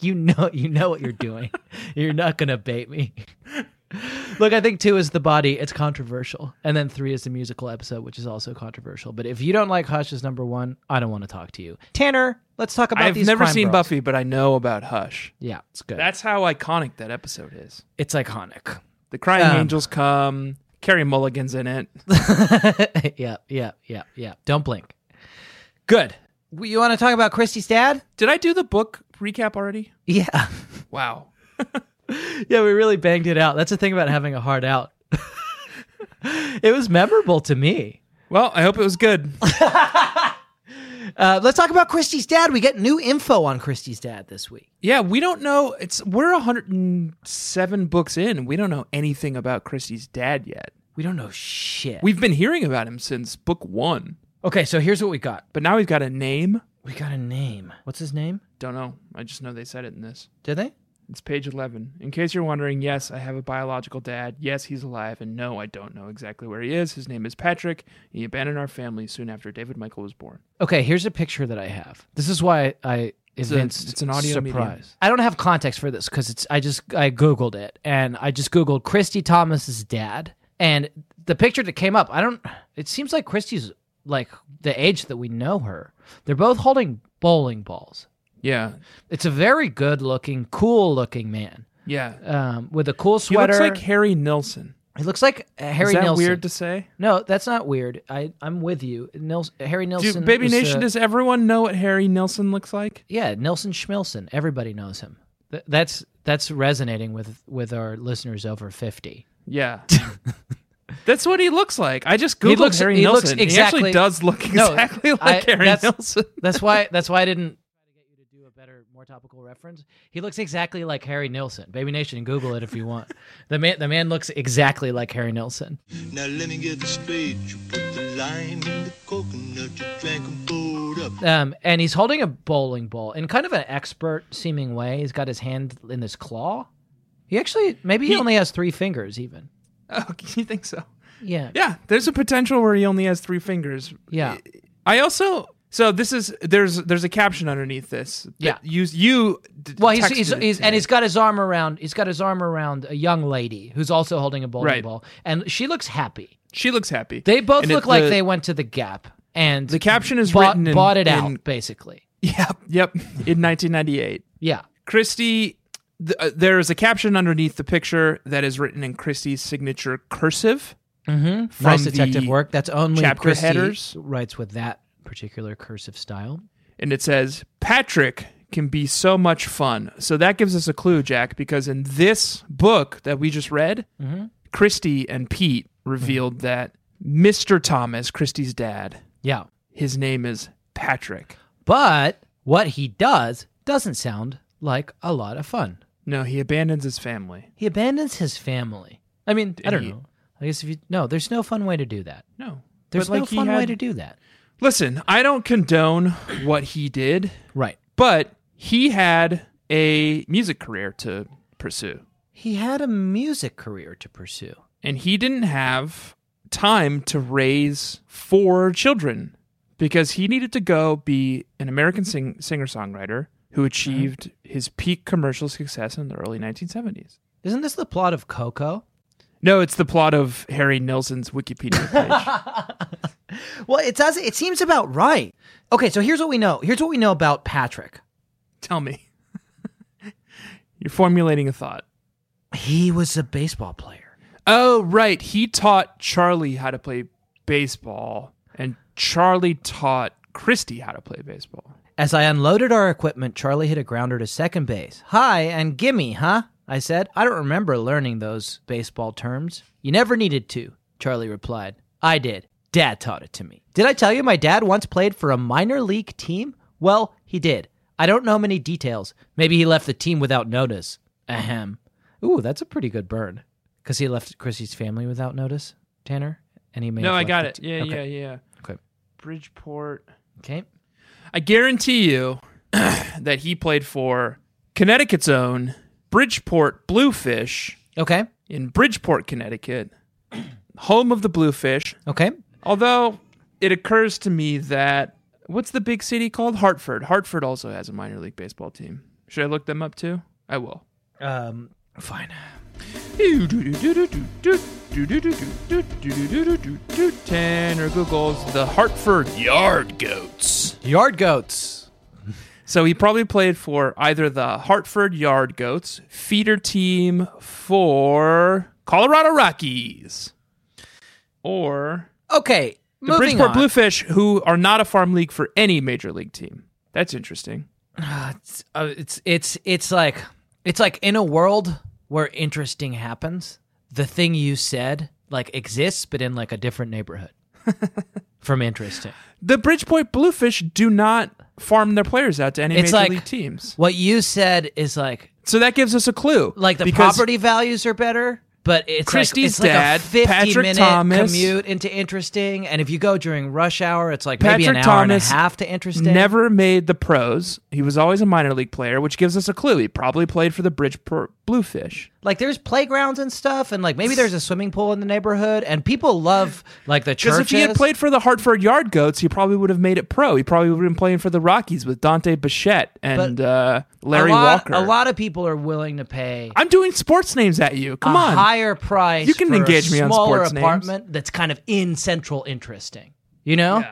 [SPEAKER 1] You know, you know what you're doing. you're not gonna bait me. Look, I think two is the body. It's controversial, and then three is the musical episode, which is also controversial. But if you don't like Hush as number one, I don't want to talk to you. Tanner, let's talk about
[SPEAKER 3] I've
[SPEAKER 1] these.
[SPEAKER 3] never
[SPEAKER 1] crime
[SPEAKER 3] seen
[SPEAKER 1] bros.
[SPEAKER 3] Buffy, but I know about Hush.
[SPEAKER 1] Yeah, it's good.
[SPEAKER 3] That's how iconic that episode is.
[SPEAKER 1] it's iconic.
[SPEAKER 3] The crying
[SPEAKER 1] Um,
[SPEAKER 3] angels come. Carrie Mulligan's in it.
[SPEAKER 1] yeah, yeah, yeah, yeah. Don't blink. Good. W- You want to talk about Christie's dad?
[SPEAKER 3] Did I do the book recap already?
[SPEAKER 1] Yeah,
[SPEAKER 3] Wow.
[SPEAKER 1] yeah. We really banged it out. That's the thing about having a hard out. it was memorable to me.
[SPEAKER 3] Well, I hope it was good.
[SPEAKER 1] Uh, let's talk about Christie's dad. We get new info on Christie's dad this week.
[SPEAKER 3] yeah, we don't know. It's we're 107 books in. We don't know anything about Christie's dad yet.
[SPEAKER 1] We don't know shit.
[SPEAKER 3] We've been hearing about him since book 1,
[SPEAKER 1] okay, so here's what we got.
[SPEAKER 3] but now he's got a name.
[SPEAKER 1] We got a name. What's his name?
[SPEAKER 3] Don't know. I just know they said it in this.
[SPEAKER 1] Did they?
[SPEAKER 3] It's page 11. In case you're wondering, yes, I have a biological dad. Yes, he's alive. And no, I don't know exactly where he is. His name is Patrick. He abandoned our family soon after David Michael was born.
[SPEAKER 1] Okay, here's a picture that I have. This is why I
[SPEAKER 3] a-
[SPEAKER 1] invented
[SPEAKER 3] it's an audio medium.
[SPEAKER 1] surprise. I don't have context for this because it's I just I googled it and I just googled Christy Thomas's dad and the picture that came up. I don't. It seems like Christy's like the age that we know her. They're both holding bowling balls.
[SPEAKER 3] Yeah.
[SPEAKER 1] It's a very good looking, cool looking man
[SPEAKER 3] Yeah.
[SPEAKER 1] um, with a cool
[SPEAKER 3] He
[SPEAKER 1] sweater.
[SPEAKER 3] looks like Harry Nilsson.
[SPEAKER 1] He looks like uh, Harry
[SPEAKER 3] Is that
[SPEAKER 1] Nilsson.
[SPEAKER 3] weird to say?
[SPEAKER 1] No, that's not weird. I I'm with you. Nils- Harry
[SPEAKER 3] Do
[SPEAKER 1] Nilsson.
[SPEAKER 3] Baby
[SPEAKER 1] is
[SPEAKER 3] Nation,
[SPEAKER 1] a-
[SPEAKER 3] does everyone know what Harry Nilsson looks like?
[SPEAKER 1] yeah Nilsson Schmilson. Everybody knows him. Th- that's that's resonating with with our listeners over fifty.
[SPEAKER 3] Yeah. That's what he looks like. I just googled
[SPEAKER 1] He looks-
[SPEAKER 3] Harry
[SPEAKER 1] he looks
[SPEAKER 3] Nilsson. He
[SPEAKER 1] exactly-
[SPEAKER 3] actually does look
[SPEAKER 1] No,
[SPEAKER 3] exactly
[SPEAKER 1] I-
[SPEAKER 3] like Harry
[SPEAKER 1] that's-
[SPEAKER 3] Nilsson.
[SPEAKER 1] That's why that's why I didn't try to get you to do a better, more topical reference. He looks exactly like Harry Nilsson. Baby Nation, Google it if you want. The man the man looks exactly like Harry Nilsson.
[SPEAKER 6] Now let me get the spade. You put the lime in the coconut, you drank 'em poured up.
[SPEAKER 1] Um, and he's holding a bowling ball in kind of an expert seeming way. He's got his hand in his claw. He actually maybe he
[SPEAKER 3] He-
[SPEAKER 1] only has three fingers even.
[SPEAKER 3] Oh, you think so?
[SPEAKER 1] Yeah.
[SPEAKER 3] Yeah, there's a potential where he only has three fingers.
[SPEAKER 1] Yeah.
[SPEAKER 3] I also so this is there's there's a caption underneath this. that
[SPEAKER 1] Yeah.
[SPEAKER 3] you you d-
[SPEAKER 1] Well, he's,
[SPEAKER 3] texted
[SPEAKER 1] he's,
[SPEAKER 3] it
[SPEAKER 1] he's
[SPEAKER 3] to
[SPEAKER 1] and
[SPEAKER 3] me.
[SPEAKER 1] he's got his arm around he's got his arm around a young lady who's also holding a bowling
[SPEAKER 3] Right.
[SPEAKER 1] ball, and she looks happy.
[SPEAKER 3] she looks happy.
[SPEAKER 1] They both
[SPEAKER 3] And it-
[SPEAKER 1] look like
[SPEAKER 3] the-
[SPEAKER 1] they went to the Gap and
[SPEAKER 3] The caption is
[SPEAKER 1] bought,
[SPEAKER 3] written in-
[SPEAKER 1] bought it
[SPEAKER 3] in-
[SPEAKER 1] out basically.
[SPEAKER 3] Yep, yep. In 1998,
[SPEAKER 1] Yeah,
[SPEAKER 3] Christie. Th- uh, there is a caption underneath the picture that is written in Christie's signature cursive. From
[SPEAKER 1] Mm-hmm. nice detective
[SPEAKER 3] the
[SPEAKER 1] work. That's only
[SPEAKER 3] chapter
[SPEAKER 1] Christie
[SPEAKER 3] headers.
[SPEAKER 1] writes with that particular cursive style.
[SPEAKER 3] and it says Patrick can be so much fun. So that gives us a clue, Jack, because in this book that we just read, Christy and Pete revealed that Mr. Thomas, Christy's dad,
[SPEAKER 1] Yeah,
[SPEAKER 3] his name is Patrick.
[SPEAKER 1] but what he does doesn't sound like a lot of fun.
[SPEAKER 3] No, he abandons his family.
[SPEAKER 1] He abandons his family. I mean, I
[SPEAKER 3] And
[SPEAKER 1] don't
[SPEAKER 3] he-
[SPEAKER 1] know. I guess if you no, there's no fun way to do that.
[SPEAKER 3] No.
[SPEAKER 1] There's
[SPEAKER 3] But,
[SPEAKER 1] no
[SPEAKER 3] like, he
[SPEAKER 1] fun way
[SPEAKER 3] had-
[SPEAKER 1] to do that.
[SPEAKER 3] Listen, I don't condone what he did,
[SPEAKER 1] Right.
[SPEAKER 3] but he had a music career to pursue.
[SPEAKER 1] He had a music career to pursue.
[SPEAKER 3] and he didn't have time to raise four children because he needed to go be an American sing- singer songwriter who achieved his peak commercial success in the early 1970s.
[SPEAKER 1] Isn't this the plot of Coco?
[SPEAKER 3] No, it's the plot of Harry Nilsson's Wikipedia page.
[SPEAKER 1] Well, it does. It seems about right. Okay, so here's what we know. Here's what we know about Patrick.
[SPEAKER 3] Tell me. You're formulating a thought.
[SPEAKER 1] He was a baseball player.
[SPEAKER 3] Oh, right. He taught Charlie how to play baseball, and Charlie taught Christy how to play baseball.
[SPEAKER 1] As I unloaded our equipment, Charlie hit a grounder to second base. Hi and gimme, huh? I said. I don't remember learning those baseball terms. You never needed to, Charlie replied. I did. Dad taught it to me. Did I tell you my dad once played for a minor league team? Well, he did. I don't know many details. Maybe he left the team without notice. Ahem. Ooh, that's a pretty good burn. Because he left Chrissy's family without notice, Tanner? And he may
[SPEAKER 3] No,
[SPEAKER 1] have
[SPEAKER 3] I
[SPEAKER 1] left
[SPEAKER 3] got
[SPEAKER 1] the
[SPEAKER 3] it.
[SPEAKER 1] te-
[SPEAKER 3] Yeah,
[SPEAKER 1] okay.
[SPEAKER 3] yeah, yeah.
[SPEAKER 1] Okay.
[SPEAKER 3] Bridgeport.
[SPEAKER 1] Okay.
[SPEAKER 3] I guarantee you that he played for Connecticut's own Bridgeport Bluefish
[SPEAKER 1] Okay.
[SPEAKER 3] in Bridgeport, Connecticut, home of the Bluefish.
[SPEAKER 1] Okay.
[SPEAKER 3] Although it occurs to me that what's the big city called? Hartford. Hartford also has a minor league baseball team. Should I look them up too? I will.
[SPEAKER 1] Um, fine.
[SPEAKER 3] Tanner Googles the Hartford Yard Goats.
[SPEAKER 1] Yard goats.
[SPEAKER 3] So he probably played for either the Hartford Yard Goats feeder team for Colorado Rockies or
[SPEAKER 1] Okay.
[SPEAKER 3] the
[SPEAKER 1] moving
[SPEAKER 3] Bridgeport
[SPEAKER 1] on.
[SPEAKER 3] Bluefish, who are not a farm league for any major league team. That's interesting.
[SPEAKER 1] It's, uh, it's it's it's like it's like in a world where interesting happens, the thing you said like exists, but in like a different neighborhood from interesting.
[SPEAKER 3] The Bridgeport Bluefish do not farm their players out to any
[SPEAKER 1] It's
[SPEAKER 3] major
[SPEAKER 1] like-
[SPEAKER 3] league teams.
[SPEAKER 1] What you said is like
[SPEAKER 3] So that gives us a clue.
[SPEAKER 1] like the
[SPEAKER 3] because-
[SPEAKER 1] property values are better, but it's
[SPEAKER 3] Christie's
[SPEAKER 1] like, it's
[SPEAKER 3] dad,
[SPEAKER 1] like a fifty
[SPEAKER 3] Patrick
[SPEAKER 1] minute
[SPEAKER 3] Thomas-
[SPEAKER 1] commute into interesting, and if you go during rush hour, it's like maybe an hour
[SPEAKER 3] Patrick Thomas
[SPEAKER 1] and a half to interesting.
[SPEAKER 3] Never made the pros. He was always a minor league player, which gives us a clue. He probably played for the Bridgeport Bluefish.
[SPEAKER 1] like there's playgrounds and stuff, and like maybe there's a swimming pool in the neighborhood, and people love like the churches.
[SPEAKER 3] Because if he had played for the Hartford Yard Goats, he probably would have made it pro. He probably would have been playing for the Rockies with Dante Bichette and uh, Larry
[SPEAKER 1] a lot,
[SPEAKER 3] Walker.
[SPEAKER 1] A lot of people are willing to pay
[SPEAKER 3] I'm doing sports names at you. Come
[SPEAKER 1] a
[SPEAKER 3] on.
[SPEAKER 1] higher price.
[SPEAKER 3] You can
[SPEAKER 1] for
[SPEAKER 3] engage me
[SPEAKER 1] a
[SPEAKER 3] on
[SPEAKER 1] smaller
[SPEAKER 3] sports names.
[SPEAKER 1] apartment that's kind of in central interesting. You know,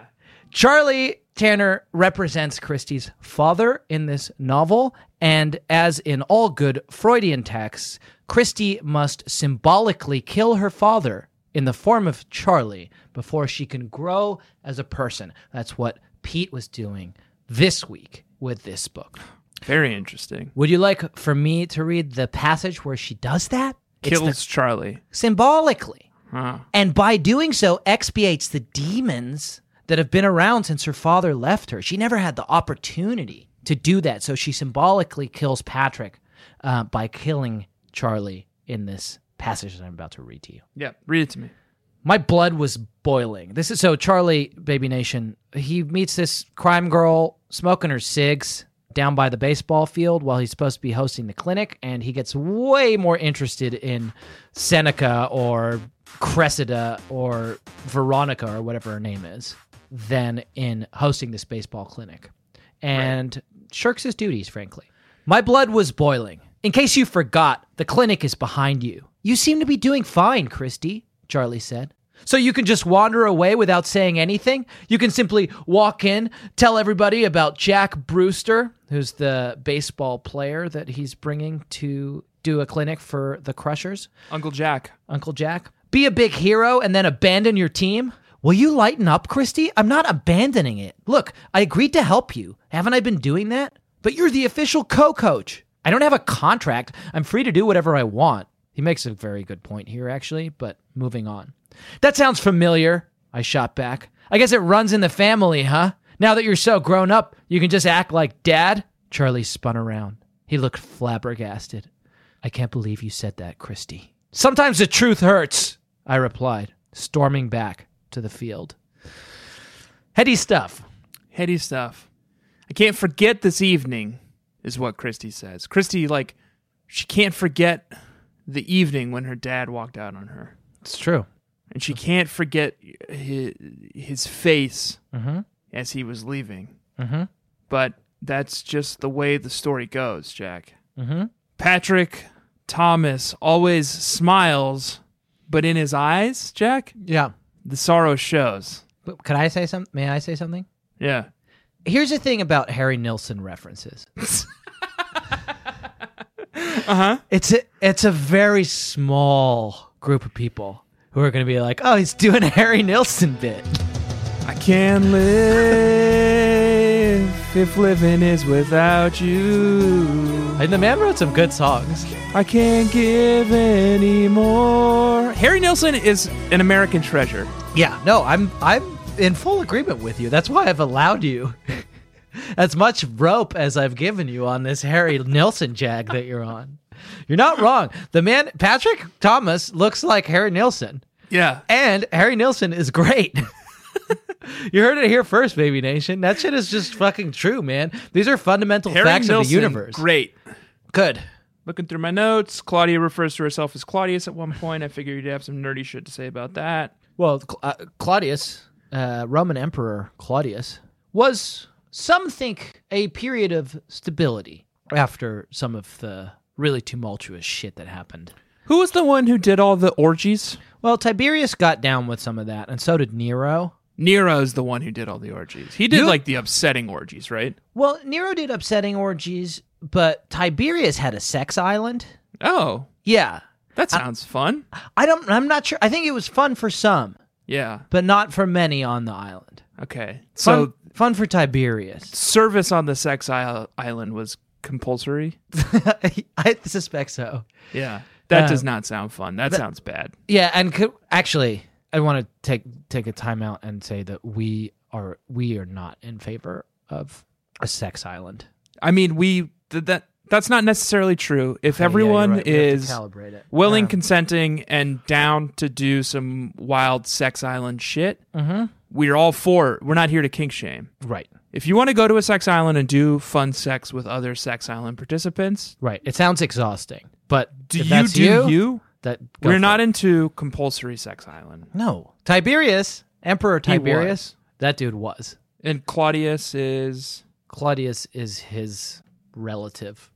[SPEAKER 1] Charlie Tanner represents Christie's father in this novel, and as in all good Freudian texts, Christie must symbolically kill her father in the form of Charlie before she can grow as a person. That's what Pete was doing this week with this book.
[SPEAKER 3] Very interesting.
[SPEAKER 1] Would you like for me to read the passage where she does that? It's
[SPEAKER 3] Kills Charlie.
[SPEAKER 1] the- symbolically.
[SPEAKER 3] Huh.
[SPEAKER 1] And by doing so, expiates the demons that have been around since her father left her. She never had the opportunity to do that. So she symbolically kills Patrick uh, by killing Charlie in this passage that I'm about to read to you.
[SPEAKER 3] Yeah. Read it to me.
[SPEAKER 1] My blood was boiling. This is so Charlie Baby Nation. He meets this crime girl smoking her cigs down by the baseball field while he's supposed to be hosting the clinic, and he gets way more interested in Seneca or Cressida or Veronica or whatever her name is than in hosting this baseball clinic and shirks his duties, frankly. My blood was boiling. In case you forgot, the clinic is behind you. You seem to be doing fine, Christy, Charlie said. So you can just wander away without saying anything? You can simply walk in, tell everybody about Jack Brewster, who's the baseball player that he's bringing to do a clinic for the Crushers.
[SPEAKER 3] Uncle Jack.
[SPEAKER 1] Uncle Jack. Be a big hero and then abandon your team? Will you lighten up, Christy? I'm not abandoning it. Look, I agreed to help you. Haven't I been doing that? But you're the official co coach. I don't have a contract. I'm free to do whatever I want. He makes a very good point here, actually, but moving on. That sounds familiar, I shot back. I guess it runs in the family, huh? Now that you're so grown up, you can just act like dad? Charlie spun around. He looked flabbergasted. I can't believe you said that, Christy. Sometimes the truth hurts, I replied, storming back to the field. Heady stuff.
[SPEAKER 3] Heady stuff. I can't forget this evening, is what Christy says. Christy, like, she can't forget the evening when her dad walked out on her.
[SPEAKER 1] It's true.
[SPEAKER 3] And she can't forget his, his face as he was leaving. Mm-hmm. But that's just the way the story goes, Jack. Patrick Thomas always smiles, but in his eyes, Jack,
[SPEAKER 1] Yeah.
[SPEAKER 3] the sorrow shows.
[SPEAKER 1] But could I say something? May I say something?
[SPEAKER 3] Yeah.
[SPEAKER 1] Here's the thing about Harry Nilsson references. It's a it's a very small group of people who are going to be like, oh, he's doing a Harry Nilsson bit.
[SPEAKER 3] I can live if living is without you.
[SPEAKER 1] And the man wrote some good songs.
[SPEAKER 3] I can't give anymore. Harry Nilsson is an American treasure.
[SPEAKER 1] Yeah, no, I'm I'm in full agreement with you. That's why I've allowed you as much rope as I've given you on this Harry Nilsson jag that you're on. You're not wrong. The man Patrick Thomas looks like Harry Nilsson,
[SPEAKER 3] Yeah.
[SPEAKER 1] and Harry Nilsson is great. you heard it here first, baby nation. That shit is just fucking true, man. These are fundamental
[SPEAKER 3] Harry
[SPEAKER 1] facts of the
[SPEAKER 3] Nilsson,
[SPEAKER 1] universe.
[SPEAKER 3] Great.
[SPEAKER 1] Good.
[SPEAKER 3] Looking through my notes, Claudia refers to herself as Claudius at one point. I figure you'd have some nerdy shit to say about that.
[SPEAKER 1] Well, Cl- uh, Claudius, uh, Roman Emperor Claudius, was, some think, a period of stability after some of the really tumultuous shit that happened.
[SPEAKER 3] Who was the one who did all the orgies?
[SPEAKER 1] Well, Tiberius got down with some of that, and so did Nero.
[SPEAKER 3] Nero's the one who did all the orgies. He did
[SPEAKER 1] You-
[SPEAKER 3] like the upsetting orgies, right?
[SPEAKER 1] Well, Nero did upsetting orgies, but Tiberius had a sex island.
[SPEAKER 3] Oh,
[SPEAKER 1] Yeah.
[SPEAKER 3] that sounds fun.
[SPEAKER 1] I don't I'm not sure. I think it was fun for some,
[SPEAKER 3] Yeah.
[SPEAKER 1] but not for many on the island.
[SPEAKER 3] Okay. So
[SPEAKER 1] Fun, fun for Tiberius.
[SPEAKER 3] service on the sex isle- island was compulsory.
[SPEAKER 1] I suspect so.
[SPEAKER 3] Yeah. That
[SPEAKER 1] Um,
[SPEAKER 3] does not sound fun. Uh, That sounds bad.
[SPEAKER 1] Yeah, and co- actually, I want to take take a time out and say that we are we are not in favor of a sex island.
[SPEAKER 3] I mean, we th- that that's not necessarily true. If everyone is
[SPEAKER 1] calibrate it.
[SPEAKER 3] willing, consenting, and down to do some wild sex island shit,
[SPEAKER 1] Mm-hmm.
[SPEAKER 3] we're all for. it. We're not here to kink shame.
[SPEAKER 1] Right,
[SPEAKER 3] If you want to go to a sex island and do fun sex with other sex island participants,
[SPEAKER 1] right. It sounds exhausting, but
[SPEAKER 3] do
[SPEAKER 1] if
[SPEAKER 3] you
[SPEAKER 1] that's
[SPEAKER 3] do
[SPEAKER 1] you,
[SPEAKER 3] you?
[SPEAKER 1] That go
[SPEAKER 3] We're
[SPEAKER 1] for
[SPEAKER 3] not
[SPEAKER 1] it.
[SPEAKER 3] into compulsory sex island.
[SPEAKER 1] no Tiberius, Emperor Tiberius.
[SPEAKER 3] was.
[SPEAKER 1] That dude was
[SPEAKER 3] And Claudius is
[SPEAKER 1] Claudius is his relative.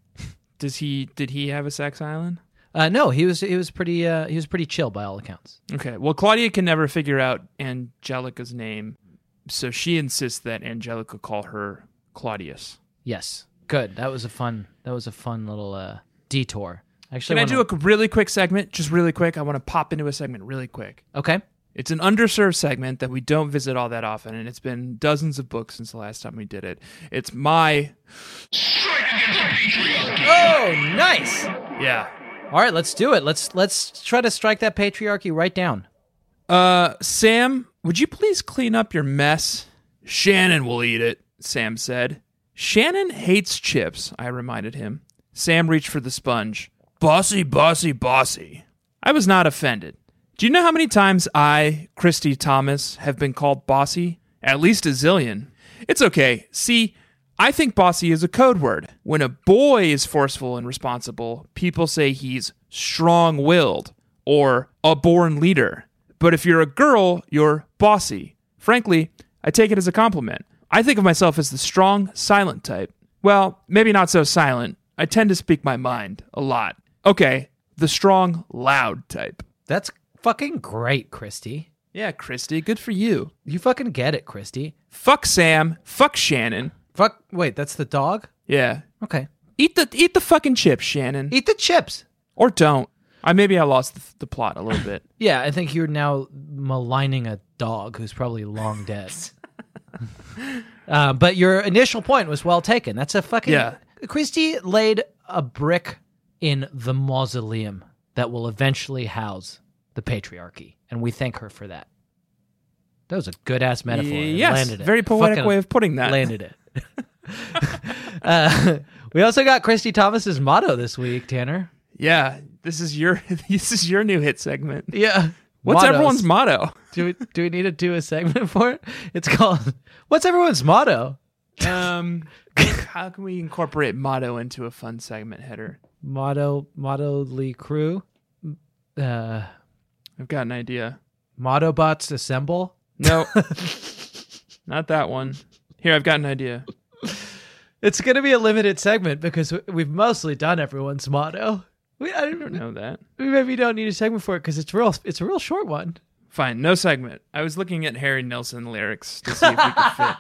[SPEAKER 3] does he did he have a sex island?
[SPEAKER 1] Uh, no, he was he was pretty uh, he was pretty chill by all accounts.
[SPEAKER 3] Okay. Well, Claudia can never figure out Angelica's name, so she insists that Angelica call her Claudius.
[SPEAKER 1] Yes, good. That was a fun that was a fun little uh, detour. Actually,
[SPEAKER 3] Can I
[SPEAKER 1] wanna-
[SPEAKER 3] do a really quick segment? Just really quick. I want to pop into a segment really quick.
[SPEAKER 1] okay?
[SPEAKER 3] It's an underserved segment that we don't visit all that often, and it's been dozens of books since the last time we did it. It's my
[SPEAKER 1] Oh, nice.
[SPEAKER 3] yeah.
[SPEAKER 1] All right, let's do it. Let's let's try to strike that patriarchy right down.
[SPEAKER 3] Uh, Sam, would you please clean up your mess? Shannon will eat it, Sam said. Shannon hates chips, I reminded him. Sam reached for the sponge. Bossy, bossy, bossy. I was not offended. Do you know how many times I, Christy Thomas, have been called bossy? At least a zillion. It's okay. See, I think bossy is a code word. When a boy is forceful and responsible, people say he's strong willed or a born leader. But if you're a girl, you're bossy. Frankly, I take it as a compliment. I think of myself as the strong, silent type. Well, maybe not so silent. I tend to speak my mind a lot. Okay, the strong, loud type.
[SPEAKER 1] That's fucking great, Christy.
[SPEAKER 3] Yeah, Christy, good for you.
[SPEAKER 1] You fucking get it, Christy.
[SPEAKER 3] Fuck Sam. Fuck Shannon.
[SPEAKER 1] Fuck. Wait, that's the dog.
[SPEAKER 3] Yeah.
[SPEAKER 1] Okay.
[SPEAKER 3] Eat the eat the fucking chips, Shannon.
[SPEAKER 1] Eat the chips.
[SPEAKER 3] Or don't. I maybe I lost the, the plot a little bit.
[SPEAKER 1] Yeah, I think you're now maligning a dog who's probably long dead. uh, but your initial point was well taken. That's a fucking
[SPEAKER 3] Yeah.
[SPEAKER 1] Christy laid a brick in the mausoleum that will eventually house the patriarchy, and we thank her for that. That was a good ass metaphor. I
[SPEAKER 3] Yes,
[SPEAKER 1] landed it.
[SPEAKER 3] very poetic
[SPEAKER 1] Fucking
[SPEAKER 3] way of putting that.
[SPEAKER 1] Landed it. uh, we also got Christy Thomas's motto this week, Tanner.
[SPEAKER 3] Yeah, this is your this is your new hit segment.
[SPEAKER 1] Yeah.
[SPEAKER 3] What's everyone's motto?
[SPEAKER 1] do we do we need to do a segment for it? It's called What's Everyone's Motto?
[SPEAKER 3] Um, how can we incorporate motto into a fun segment header?
[SPEAKER 1] Motto Motto Lee Crew. Uh
[SPEAKER 3] I've got an idea.
[SPEAKER 1] Motto Bots Assemble.
[SPEAKER 3] No, not that one. Here, I've got an idea.
[SPEAKER 1] It's gonna be a limited segment because we- we've mostly done everyone's motto. We I
[SPEAKER 3] I
[SPEAKER 1] don't
[SPEAKER 3] don't know that.
[SPEAKER 1] We maybe don't need a segment for it because it's real it's a real short one.
[SPEAKER 3] Fine, no segment. I was looking at Harry Nilsson lyrics to see if we could fit.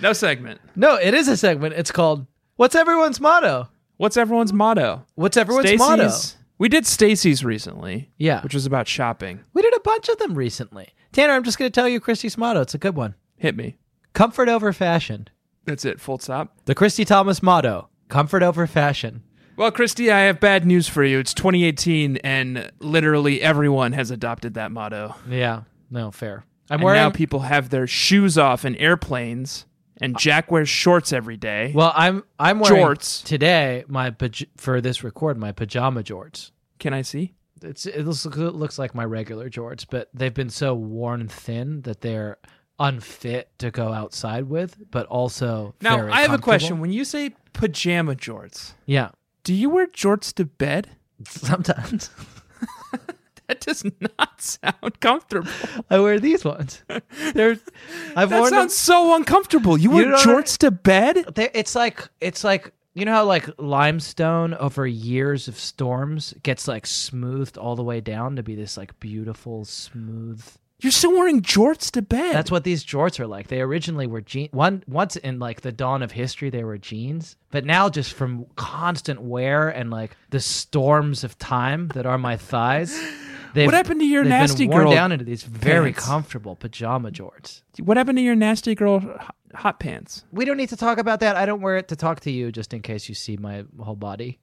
[SPEAKER 3] No segment.
[SPEAKER 1] No, it is a segment. It's called What's Everyone's Motto?
[SPEAKER 3] What's everyone's motto?
[SPEAKER 1] What's everyone's
[SPEAKER 3] Stacy's-
[SPEAKER 1] motto?
[SPEAKER 3] We did Stacy's recently.
[SPEAKER 1] Yeah.
[SPEAKER 3] Which was about shopping.
[SPEAKER 1] We did a bunch of them recently. Tanner, I'm just going to tell you Christie's motto. It's a good one.
[SPEAKER 3] Hit me.
[SPEAKER 1] Comfort over fashion.
[SPEAKER 3] That's it. Full stop.
[SPEAKER 1] The Christy Thomas motto. Comfort over fashion.
[SPEAKER 3] Well, Christy, I have bad news for you. It's 2018, and literally everyone has adopted that motto.
[SPEAKER 1] Yeah. No, fair. I'm
[SPEAKER 3] And
[SPEAKER 1] wearing
[SPEAKER 3] now people have their shoes off in airplanes, and Jack wears shorts every day.
[SPEAKER 1] Well, I'm I'm wearing
[SPEAKER 3] Jorts.
[SPEAKER 1] today my paj- for this record my pajama jorts.
[SPEAKER 3] Can I see?
[SPEAKER 1] It's it looks, it looks like my regular jorts, but they've been so worn thin that they're unfit to go outside with, but also
[SPEAKER 3] Now,
[SPEAKER 1] very
[SPEAKER 3] I have a
[SPEAKER 1] comfortable.
[SPEAKER 3] question. When you say pajama jorts,
[SPEAKER 1] Yeah,
[SPEAKER 3] do you wear jorts to bed?
[SPEAKER 1] sometimes
[SPEAKER 3] That does not sound comfortable.
[SPEAKER 1] I wear these ones. They're I've
[SPEAKER 3] That
[SPEAKER 1] worn them-
[SPEAKER 3] sounds so uncomfortable. You
[SPEAKER 1] You
[SPEAKER 3] wear
[SPEAKER 1] don't
[SPEAKER 3] jorts to bed?
[SPEAKER 1] They- It's like it's like you know how like limestone over years of storms gets like smoothed all the way down to be this like beautiful smooth
[SPEAKER 3] You're still wearing jorts to bed.
[SPEAKER 1] That's what these jorts are like. They originally were jeans. One once in like the dawn of history, they were jeans, but now just from constant wear and like the storms of time that are my thighs, they've-
[SPEAKER 3] What happened to your
[SPEAKER 1] they've
[SPEAKER 3] nasty
[SPEAKER 1] been worn
[SPEAKER 3] girl
[SPEAKER 1] down into these very
[SPEAKER 3] pants?
[SPEAKER 1] comfortable pajama jorts.
[SPEAKER 3] what happened to your nasty girl h- hot pants?
[SPEAKER 1] We don't need to talk about that. I don't wear it to talk to you, just in case you see my whole body.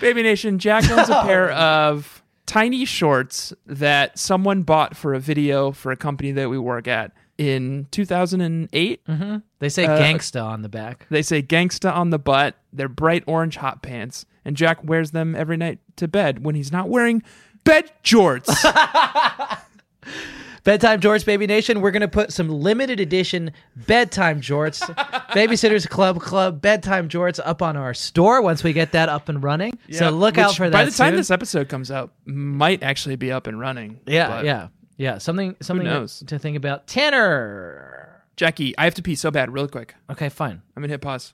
[SPEAKER 3] Baby Nation, Jack owns a pair of tiny shorts that someone bought for a video for a company that we work at in 2008.
[SPEAKER 1] Mm-hmm. They say gangsta on the back.
[SPEAKER 3] They say gangsta on the butt. They're bright orange hot pants. And Jack wears them every night to bed when he's not wearing bed jorts.
[SPEAKER 1] Bedtime jorts, baby nation. We're gonna put some limited edition bedtime jorts, Babysitters Club Club bedtime jorts up on our store once we get that up and running. so
[SPEAKER 3] Yeah,
[SPEAKER 1] look
[SPEAKER 3] which
[SPEAKER 1] out for that.
[SPEAKER 3] By the time
[SPEAKER 1] soon.
[SPEAKER 3] this episode comes out, might actually be up and running.
[SPEAKER 1] yeah,
[SPEAKER 3] But,
[SPEAKER 1] yeah, yeah. Something, something
[SPEAKER 3] knows?
[SPEAKER 1] to think about. Tanner.
[SPEAKER 3] Jackie, I have to pee so bad, really quick.
[SPEAKER 1] Okay, fine.
[SPEAKER 3] I'm gonna hit pause.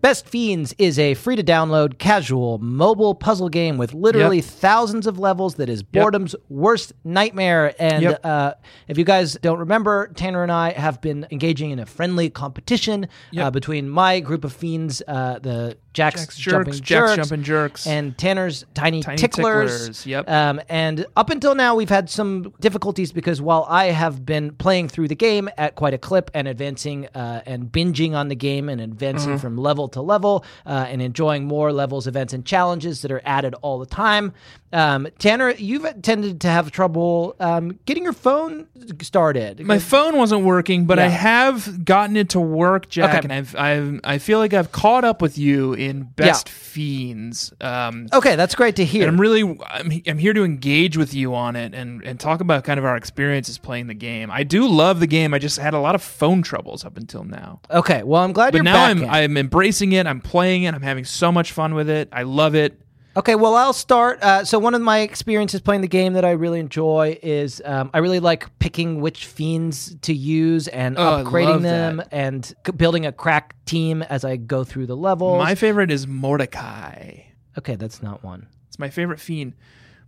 [SPEAKER 1] Best Fiends is a free to download casual mobile puzzle game with literally
[SPEAKER 3] Yep.
[SPEAKER 1] thousands of levels that is boredom's worst nightmare. And
[SPEAKER 3] Yep.
[SPEAKER 1] uh, if you guys don't remember, Tanner and I have been engaging in a friendly competition uh,
[SPEAKER 3] Yep.
[SPEAKER 1] between my group of fiends, uh, the Jack's,
[SPEAKER 3] Jack's Jerks,
[SPEAKER 1] Jumping
[SPEAKER 3] Jack's
[SPEAKER 1] Jerks,
[SPEAKER 3] Jumping Jerks.
[SPEAKER 1] and Tanner's Tiny,
[SPEAKER 3] Tiny
[SPEAKER 1] Ticklers.
[SPEAKER 3] Ticklers, yep.
[SPEAKER 1] Um, and up until now, we've had some difficulties because while I have been playing through the game at quite a clip and advancing uh, and binging on the game and advancing
[SPEAKER 3] Mm-hmm.
[SPEAKER 1] from level to level uh, and enjoying more levels, events, and challenges that are added all the time, um, Tanner, you've tended to have trouble um, getting your phone started.
[SPEAKER 3] My phone wasn't working, but I
[SPEAKER 1] Yeah.
[SPEAKER 3] have gotten it to work, Jack,
[SPEAKER 1] Okay.
[SPEAKER 3] and I've, I've I feel like I've caught up with you in Best
[SPEAKER 1] Yeah. Oh,
[SPEAKER 3] Fiends. Um,
[SPEAKER 1] okay, that's great to hear.
[SPEAKER 3] and I'm really I'm, I'm here to engage with you on it and and talk about kind of our experiences playing the game. I do love the game. I just had a lot of phone troubles up until now.
[SPEAKER 1] okay, well, I'm glad
[SPEAKER 3] But
[SPEAKER 1] you're
[SPEAKER 3] now
[SPEAKER 1] back
[SPEAKER 3] I'm
[SPEAKER 1] in.
[SPEAKER 3] I'm embracing it. I'm playing it. I'm having so much fun with it. I love it.
[SPEAKER 1] Okay, well, I'll start. Uh, so, one of my experiences playing the game that I really enjoy is um, I really like picking which fiends to use and
[SPEAKER 3] Oh, I
[SPEAKER 1] upgrading
[SPEAKER 3] love
[SPEAKER 1] them and c- building a crack team as I go through the levels.
[SPEAKER 3] My favorite is Mordecai.
[SPEAKER 1] okay, that's not one.
[SPEAKER 3] It's my favorite fiend.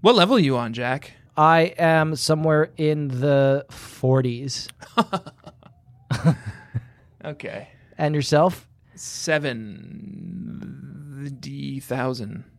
[SPEAKER 3] What level are you on, Jack?
[SPEAKER 1] I am somewhere in the 40s.
[SPEAKER 3] Okay.
[SPEAKER 1] And yourself?
[SPEAKER 3] Seven D thousand.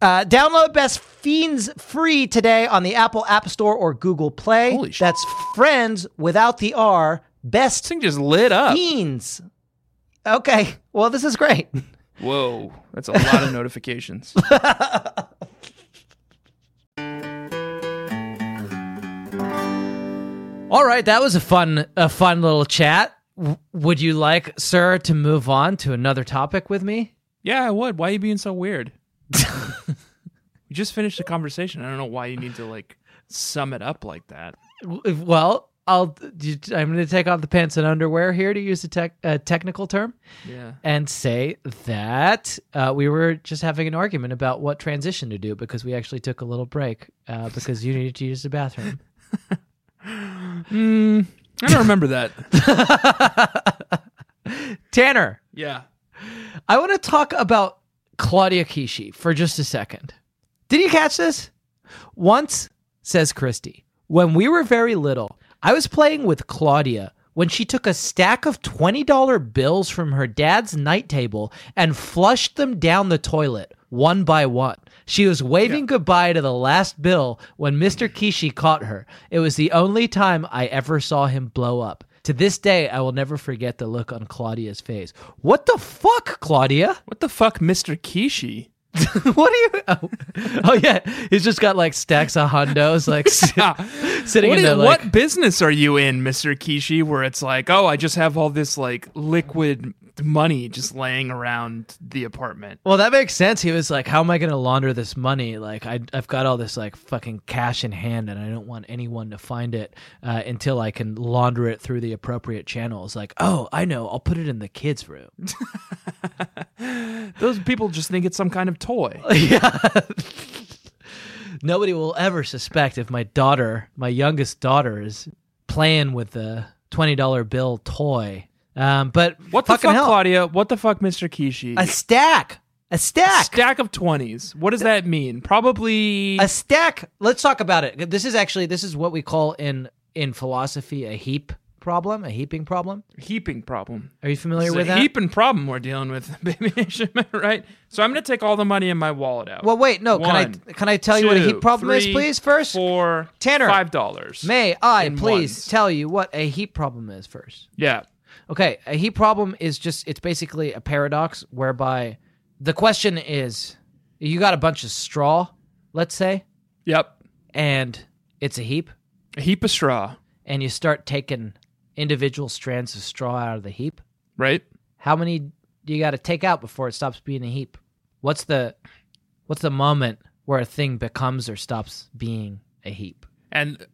[SPEAKER 1] Uh, download Best Fiends free today on the Apple App Store or Google Play.
[SPEAKER 3] Holy shit.
[SPEAKER 1] That's friends without the R.
[SPEAKER 3] This
[SPEAKER 1] Best
[SPEAKER 3] thing just lit up.
[SPEAKER 1] Fiends. Okay. Well, this is great.
[SPEAKER 3] Whoa, that's a lot of notifications.
[SPEAKER 1] All right, that was a fun, a fun little chat. W- would you like, sir, to move on to another topic with me?
[SPEAKER 3] yeah, I would. Why are you being so weird? you just finished the conversation. I don't know why you need to like sum it up like that.
[SPEAKER 1] W- Well, I'll. you- I'm going to take off the pants and underwear here to use a, tech, a technical term.
[SPEAKER 3] Yeah.
[SPEAKER 1] and say that uh, we were just having an argument about what transition to do because we actually took a little break uh, because you needed to use the bathroom.
[SPEAKER 3] I don't remember that.
[SPEAKER 1] Tanner,
[SPEAKER 3] yeah.
[SPEAKER 1] I want to talk about Claudia Kishi for just a second. Did you catch this? Once, says Christy, when we were very little, I was playing with Claudia when she took a stack of $20 bills from her dad's night table and flushed them down the toilet one by one. She was waving goodbye to the last bill when Mr. Kishi caught her. It was the only time I ever saw him blow up. To this day, I will never forget the look on Claudia's face. What the fuck, Claudia?
[SPEAKER 3] What the fuck, Mr. Kishi?
[SPEAKER 1] what are you? Oh, oh, yeah, he's just got like stacks of hondos, like s- sitting
[SPEAKER 3] What,
[SPEAKER 1] in
[SPEAKER 3] is-
[SPEAKER 1] there. Like,
[SPEAKER 3] what business are you in, Mr. Kishi, where it's like, oh, I just have all this like liquid money just laying around the apartment?
[SPEAKER 1] Well, that makes sense. He was like, "How am I going to launder this money? Like, I, I've got all this like fucking cash in hand, and I don't want anyone to find it uh, until I can launder it through the appropriate channels." Like, oh, I know, I'll put it in the kids' room.
[SPEAKER 3] Those people just think it's some kind of toy.
[SPEAKER 1] Nobody will ever suspect if my daughter, my youngest daughter, is playing with the twenty dollar bill toy. Um, but
[SPEAKER 3] What the
[SPEAKER 1] fucking
[SPEAKER 3] fuck,
[SPEAKER 1] hell?
[SPEAKER 3] Claudia? What the fuck, Mr. Kishi?
[SPEAKER 1] A stack, a stack,
[SPEAKER 3] stack of 20s. What does that mean? Probably.
[SPEAKER 1] a stack. Let's talk about it. This is actually this is what we call in in philosophy a heap problem, a heaping problem.
[SPEAKER 3] heaping problem.
[SPEAKER 1] Are you familiar
[SPEAKER 3] It's
[SPEAKER 1] with
[SPEAKER 3] a
[SPEAKER 1] that?
[SPEAKER 3] heaping problem we're dealing with, baby nation, right? So I'm gonna take all the money in my wallet out.
[SPEAKER 1] Well, wait, no.
[SPEAKER 3] One,
[SPEAKER 1] can I can I tell you what a
[SPEAKER 3] two,
[SPEAKER 1] heap problem is,
[SPEAKER 3] three,
[SPEAKER 1] please? First,
[SPEAKER 3] four,
[SPEAKER 1] Tanner.
[SPEAKER 3] five dollars.
[SPEAKER 1] may I
[SPEAKER 3] in
[SPEAKER 1] please
[SPEAKER 3] ones.
[SPEAKER 1] tell you what a heap problem is first?
[SPEAKER 3] Yeah,
[SPEAKER 1] Okay, a heap problem is just it's basically a paradox whereby the question is you got a bunch of straw, let's say,
[SPEAKER 3] yep.
[SPEAKER 1] and it's a heap,
[SPEAKER 3] A heap of straw,
[SPEAKER 1] and you start taking individual strands of straw out of the heap.
[SPEAKER 3] right?
[SPEAKER 1] How many do you got to take out before it stops being a heap? What's the what's the moment where a thing becomes or stops being a heap?
[SPEAKER 3] And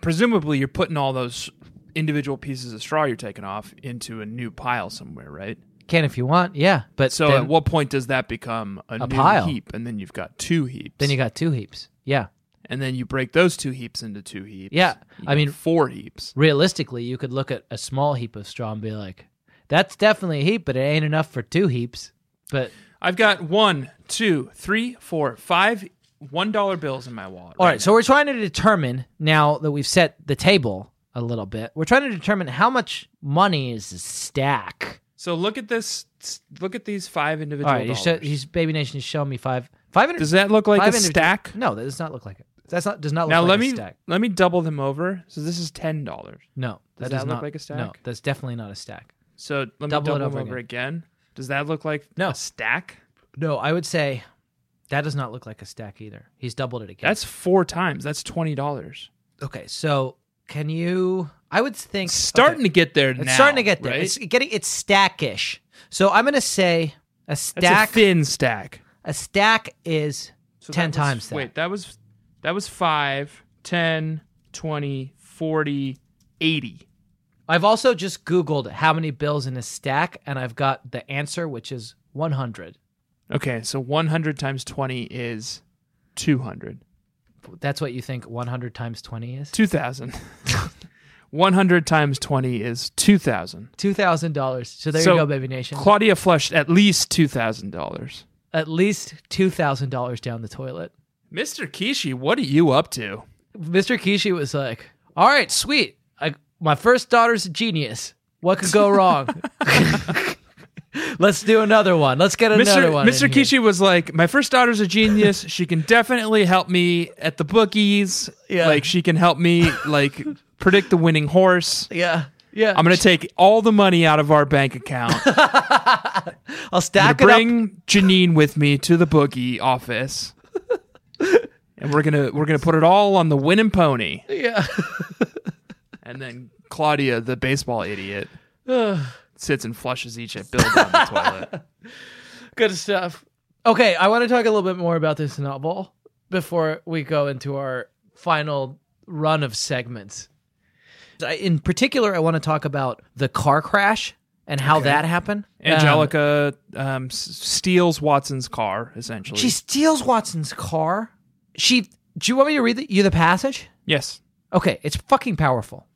[SPEAKER 3] presumably you're putting all those individual pieces of straw you're taking off into a new pile somewhere, right?
[SPEAKER 1] Can if you want, yeah, but
[SPEAKER 3] So
[SPEAKER 1] then,
[SPEAKER 3] at what point does that become a, new
[SPEAKER 1] pile.
[SPEAKER 3] heap? And then you've got two heaps.
[SPEAKER 1] then you got two heaps. Yeah.
[SPEAKER 3] and then you break those two heaps into two heaps.
[SPEAKER 1] Yeah,
[SPEAKER 3] You
[SPEAKER 1] I
[SPEAKER 3] got
[SPEAKER 1] mean-
[SPEAKER 3] four heaps.
[SPEAKER 1] realistically, you could look at a small heap of straw and be like, that's definitely a heap, but it ain't enough for two heaps. But
[SPEAKER 3] I've got one, two, three, four, five one dollar bills in my wallet.
[SPEAKER 1] all right, so we're trying to determine now that we've set the table a little bit, we're trying to determine how much money is a stack.
[SPEAKER 3] So look at this. Look at these five individual
[SPEAKER 1] All right, you
[SPEAKER 3] dollars.
[SPEAKER 1] show, he's Baby Nation is showing me five, five hundred.
[SPEAKER 3] Does that look like
[SPEAKER 1] five
[SPEAKER 3] a
[SPEAKER 1] individual-
[SPEAKER 3] stack?
[SPEAKER 1] No, that does not look like it. That's not does not look
[SPEAKER 3] Now
[SPEAKER 1] like
[SPEAKER 3] let
[SPEAKER 1] a
[SPEAKER 3] me
[SPEAKER 1] stack.
[SPEAKER 3] let me double them over. So this is ten dollars.
[SPEAKER 1] No,
[SPEAKER 3] Does
[SPEAKER 1] that does
[SPEAKER 3] that look
[SPEAKER 1] not
[SPEAKER 3] like a
[SPEAKER 1] No,
[SPEAKER 3] stack?
[SPEAKER 1] that's definitely not a stack.
[SPEAKER 3] So
[SPEAKER 1] Double it
[SPEAKER 3] let me double
[SPEAKER 1] over
[SPEAKER 3] them over again. Does that look like
[SPEAKER 1] No.
[SPEAKER 3] a stack?
[SPEAKER 1] No, I would say that does not look like a stack either. He's doubled it again.
[SPEAKER 3] That's four times. That's twenty dollars.
[SPEAKER 1] okay. So can you? I would think
[SPEAKER 3] Starting
[SPEAKER 1] okay.
[SPEAKER 3] to get there
[SPEAKER 1] It's
[SPEAKER 3] now.
[SPEAKER 1] starting to get there.
[SPEAKER 3] right?
[SPEAKER 1] It's getting it's stackish. So I'm gonna say a
[SPEAKER 3] That's
[SPEAKER 1] stack.
[SPEAKER 3] a thin stack.
[SPEAKER 1] a stack is
[SPEAKER 3] So
[SPEAKER 1] ten
[SPEAKER 3] that was-
[SPEAKER 1] times that.
[SPEAKER 3] Wait, that was that was 5, 10, 20, 40, 80.
[SPEAKER 1] I've also just Googled how many bills in a stack, and I've got the answer, which is 100.
[SPEAKER 3] Okay, so 100 times 20 is 200.
[SPEAKER 1] That's what you think 100 times 20 is?
[SPEAKER 3] 2,000. 100 times 20 is 2,000.
[SPEAKER 1] $2,000. So there
[SPEAKER 3] So,
[SPEAKER 1] you go, Baby Nation.
[SPEAKER 3] Claudia flushed at least $2,000.
[SPEAKER 1] At least $2,000 down the toilet.
[SPEAKER 3] Mr. Kishi, what are you up to?
[SPEAKER 1] Mr. Kishi was like, all right, sweet. I, my first daughter's a genius. What could go wrong? Let's do another one. Let's get another
[SPEAKER 3] Mr.
[SPEAKER 1] one. in
[SPEAKER 3] Mr.
[SPEAKER 1] here."
[SPEAKER 3] Kishi was like, My first daughter's a genius. she can definitely help me at the bookies.
[SPEAKER 1] Yeah.
[SPEAKER 3] Like, she can help me, like, predict the winning horse.
[SPEAKER 1] Yeah. Yeah.
[SPEAKER 3] I'm going to take all the money out of our bank account.
[SPEAKER 1] I'll
[SPEAKER 3] I'm
[SPEAKER 1] stack it
[SPEAKER 3] gonna
[SPEAKER 1] up.
[SPEAKER 3] bring Janine with me to the boogie office, and we're gonna we're gonna put it all on the win and pony,
[SPEAKER 1] Yeah.
[SPEAKER 3] and then Claudia, the baseball idiot, sits and flushes each at Bill down the
[SPEAKER 1] Uh-huh.
[SPEAKER 3] toilet.
[SPEAKER 1] Good stuff. Okay, I want to talk a little bit more about this novel before we go into our final run of segments. I- In particular, I want to talk about the car crash and how that happened. Um,
[SPEAKER 3] Angelica um, s- steals Watson's car essentially.
[SPEAKER 1] Um, she steals Watson's car. She. Do you want me to read the, you the passage?
[SPEAKER 3] yes,
[SPEAKER 1] Okay, it's fucking powerful.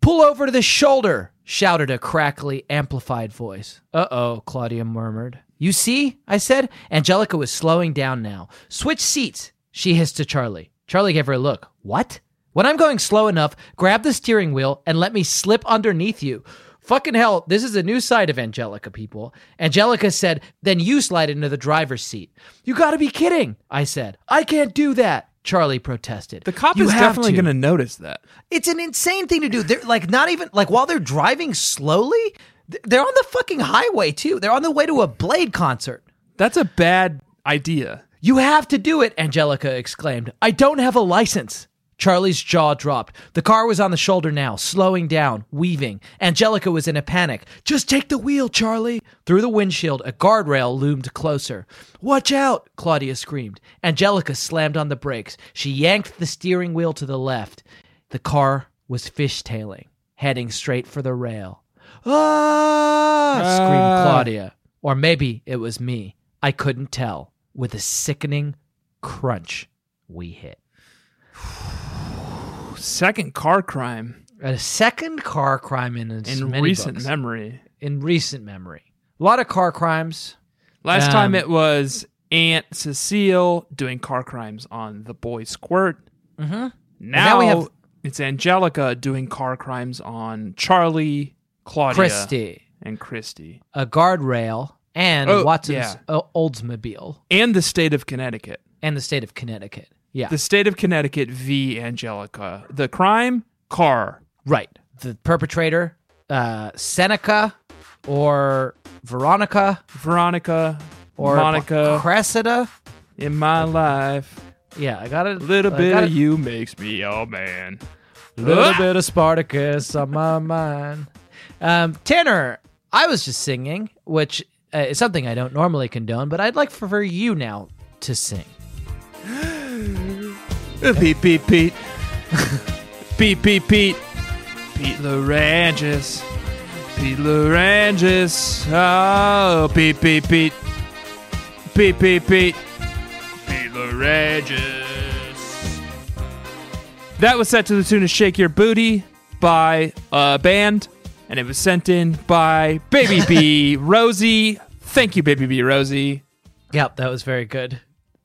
[SPEAKER 1] Pull over to the shoulder, shouted a crackly, amplified voice. Uh oh, Claudia murmured. You see, I said. Angelica was slowing down now. Switch seats, she hissed to Charlie. Charlie gave her a look. What? When I'm going slow enough, grab the steering wheel and let me slip underneath you. Fucking hell, this is a new side of Angelica, people. Angelica said, Then you slide into the driver's seat. You gotta be kidding, I said. I can't do that, Charlie protested.
[SPEAKER 3] the cop
[SPEAKER 1] "You
[SPEAKER 3] is
[SPEAKER 1] have
[SPEAKER 3] definitely
[SPEAKER 1] to."
[SPEAKER 3] gonna notice that.
[SPEAKER 1] It's an insane thing to do. They're like not even like while they're driving slowly, th- they're on the fucking highway too. They're on the way to a Blade concert.
[SPEAKER 3] That's a bad idea.
[SPEAKER 1] You have to do it, Angelica exclaimed. I don't have a license. Charlie's jaw dropped. The car was on the shoulder now, slowing down, weaving. Angelica was in a panic. Just take the wheel, Charlie. Through the windshield, a guardrail loomed closer. Watch out, Claudia screamed. Angelica slammed on the brakes. She yanked the steering wheel to the left. The car was fishtailing, heading straight for the rail. Ah! screamed Claudia. Or maybe it was me. I couldn't tell. With a sickening crunch, we hit.
[SPEAKER 3] Second car crime
[SPEAKER 1] A second car crime in, as
[SPEAKER 3] in
[SPEAKER 1] many
[SPEAKER 3] recent
[SPEAKER 1] books.
[SPEAKER 3] memory.
[SPEAKER 1] in recent memory. A lot of car crimes.
[SPEAKER 3] Last
[SPEAKER 1] Um,
[SPEAKER 3] time it was Aunt Cecile doing car crimes on the boy Squirt. Mm-hmm. Now,
[SPEAKER 1] now we
[SPEAKER 3] we
[SPEAKER 1] have-
[SPEAKER 3] have it's Angelica doing car crimes on Charlie, Claudia,
[SPEAKER 1] Christie,
[SPEAKER 3] and Christy,
[SPEAKER 1] a guardrail, and
[SPEAKER 3] Oh,
[SPEAKER 1] Watson's
[SPEAKER 3] yeah.
[SPEAKER 1] uh, Oldsmobile,
[SPEAKER 3] and the state of Connecticut.
[SPEAKER 1] and the state of Connecticut. Yeah,
[SPEAKER 3] The state of Connecticut v. Angelica. The crime car.
[SPEAKER 1] right. The perpetrator, uh, Seneca, or Veronica,
[SPEAKER 3] Veronica
[SPEAKER 1] or
[SPEAKER 3] Monica
[SPEAKER 1] Cressida.
[SPEAKER 3] in my life.
[SPEAKER 1] Yeah, I got a
[SPEAKER 3] A little
[SPEAKER 1] I
[SPEAKER 3] bit
[SPEAKER 1] got
[SPEAKER 3] of
[SPEAKER 1] a
[SPEAKER 3] you makes me a man.
[SPEAKER 1] little bit of Spartacus on my mind. Um, Tanner, I was just singing, which uh, is something I don't normally condone, but I'd like for, for you now to sing.
[SPEAKER 3] Pete, Pete, Pete. Pete, Pete, Pete. Pete Larangis. Pete Larangis. Oh, Pete, Pete, Pete. Pete, Pete, Pete. Pete Larangis. That was set to the tune of Shake Your Booty by a band, and it was sent in by Baby B. Rosie. Thank you, Baby B. Rosie.
[SPEAKER 1] Yep, that was very good.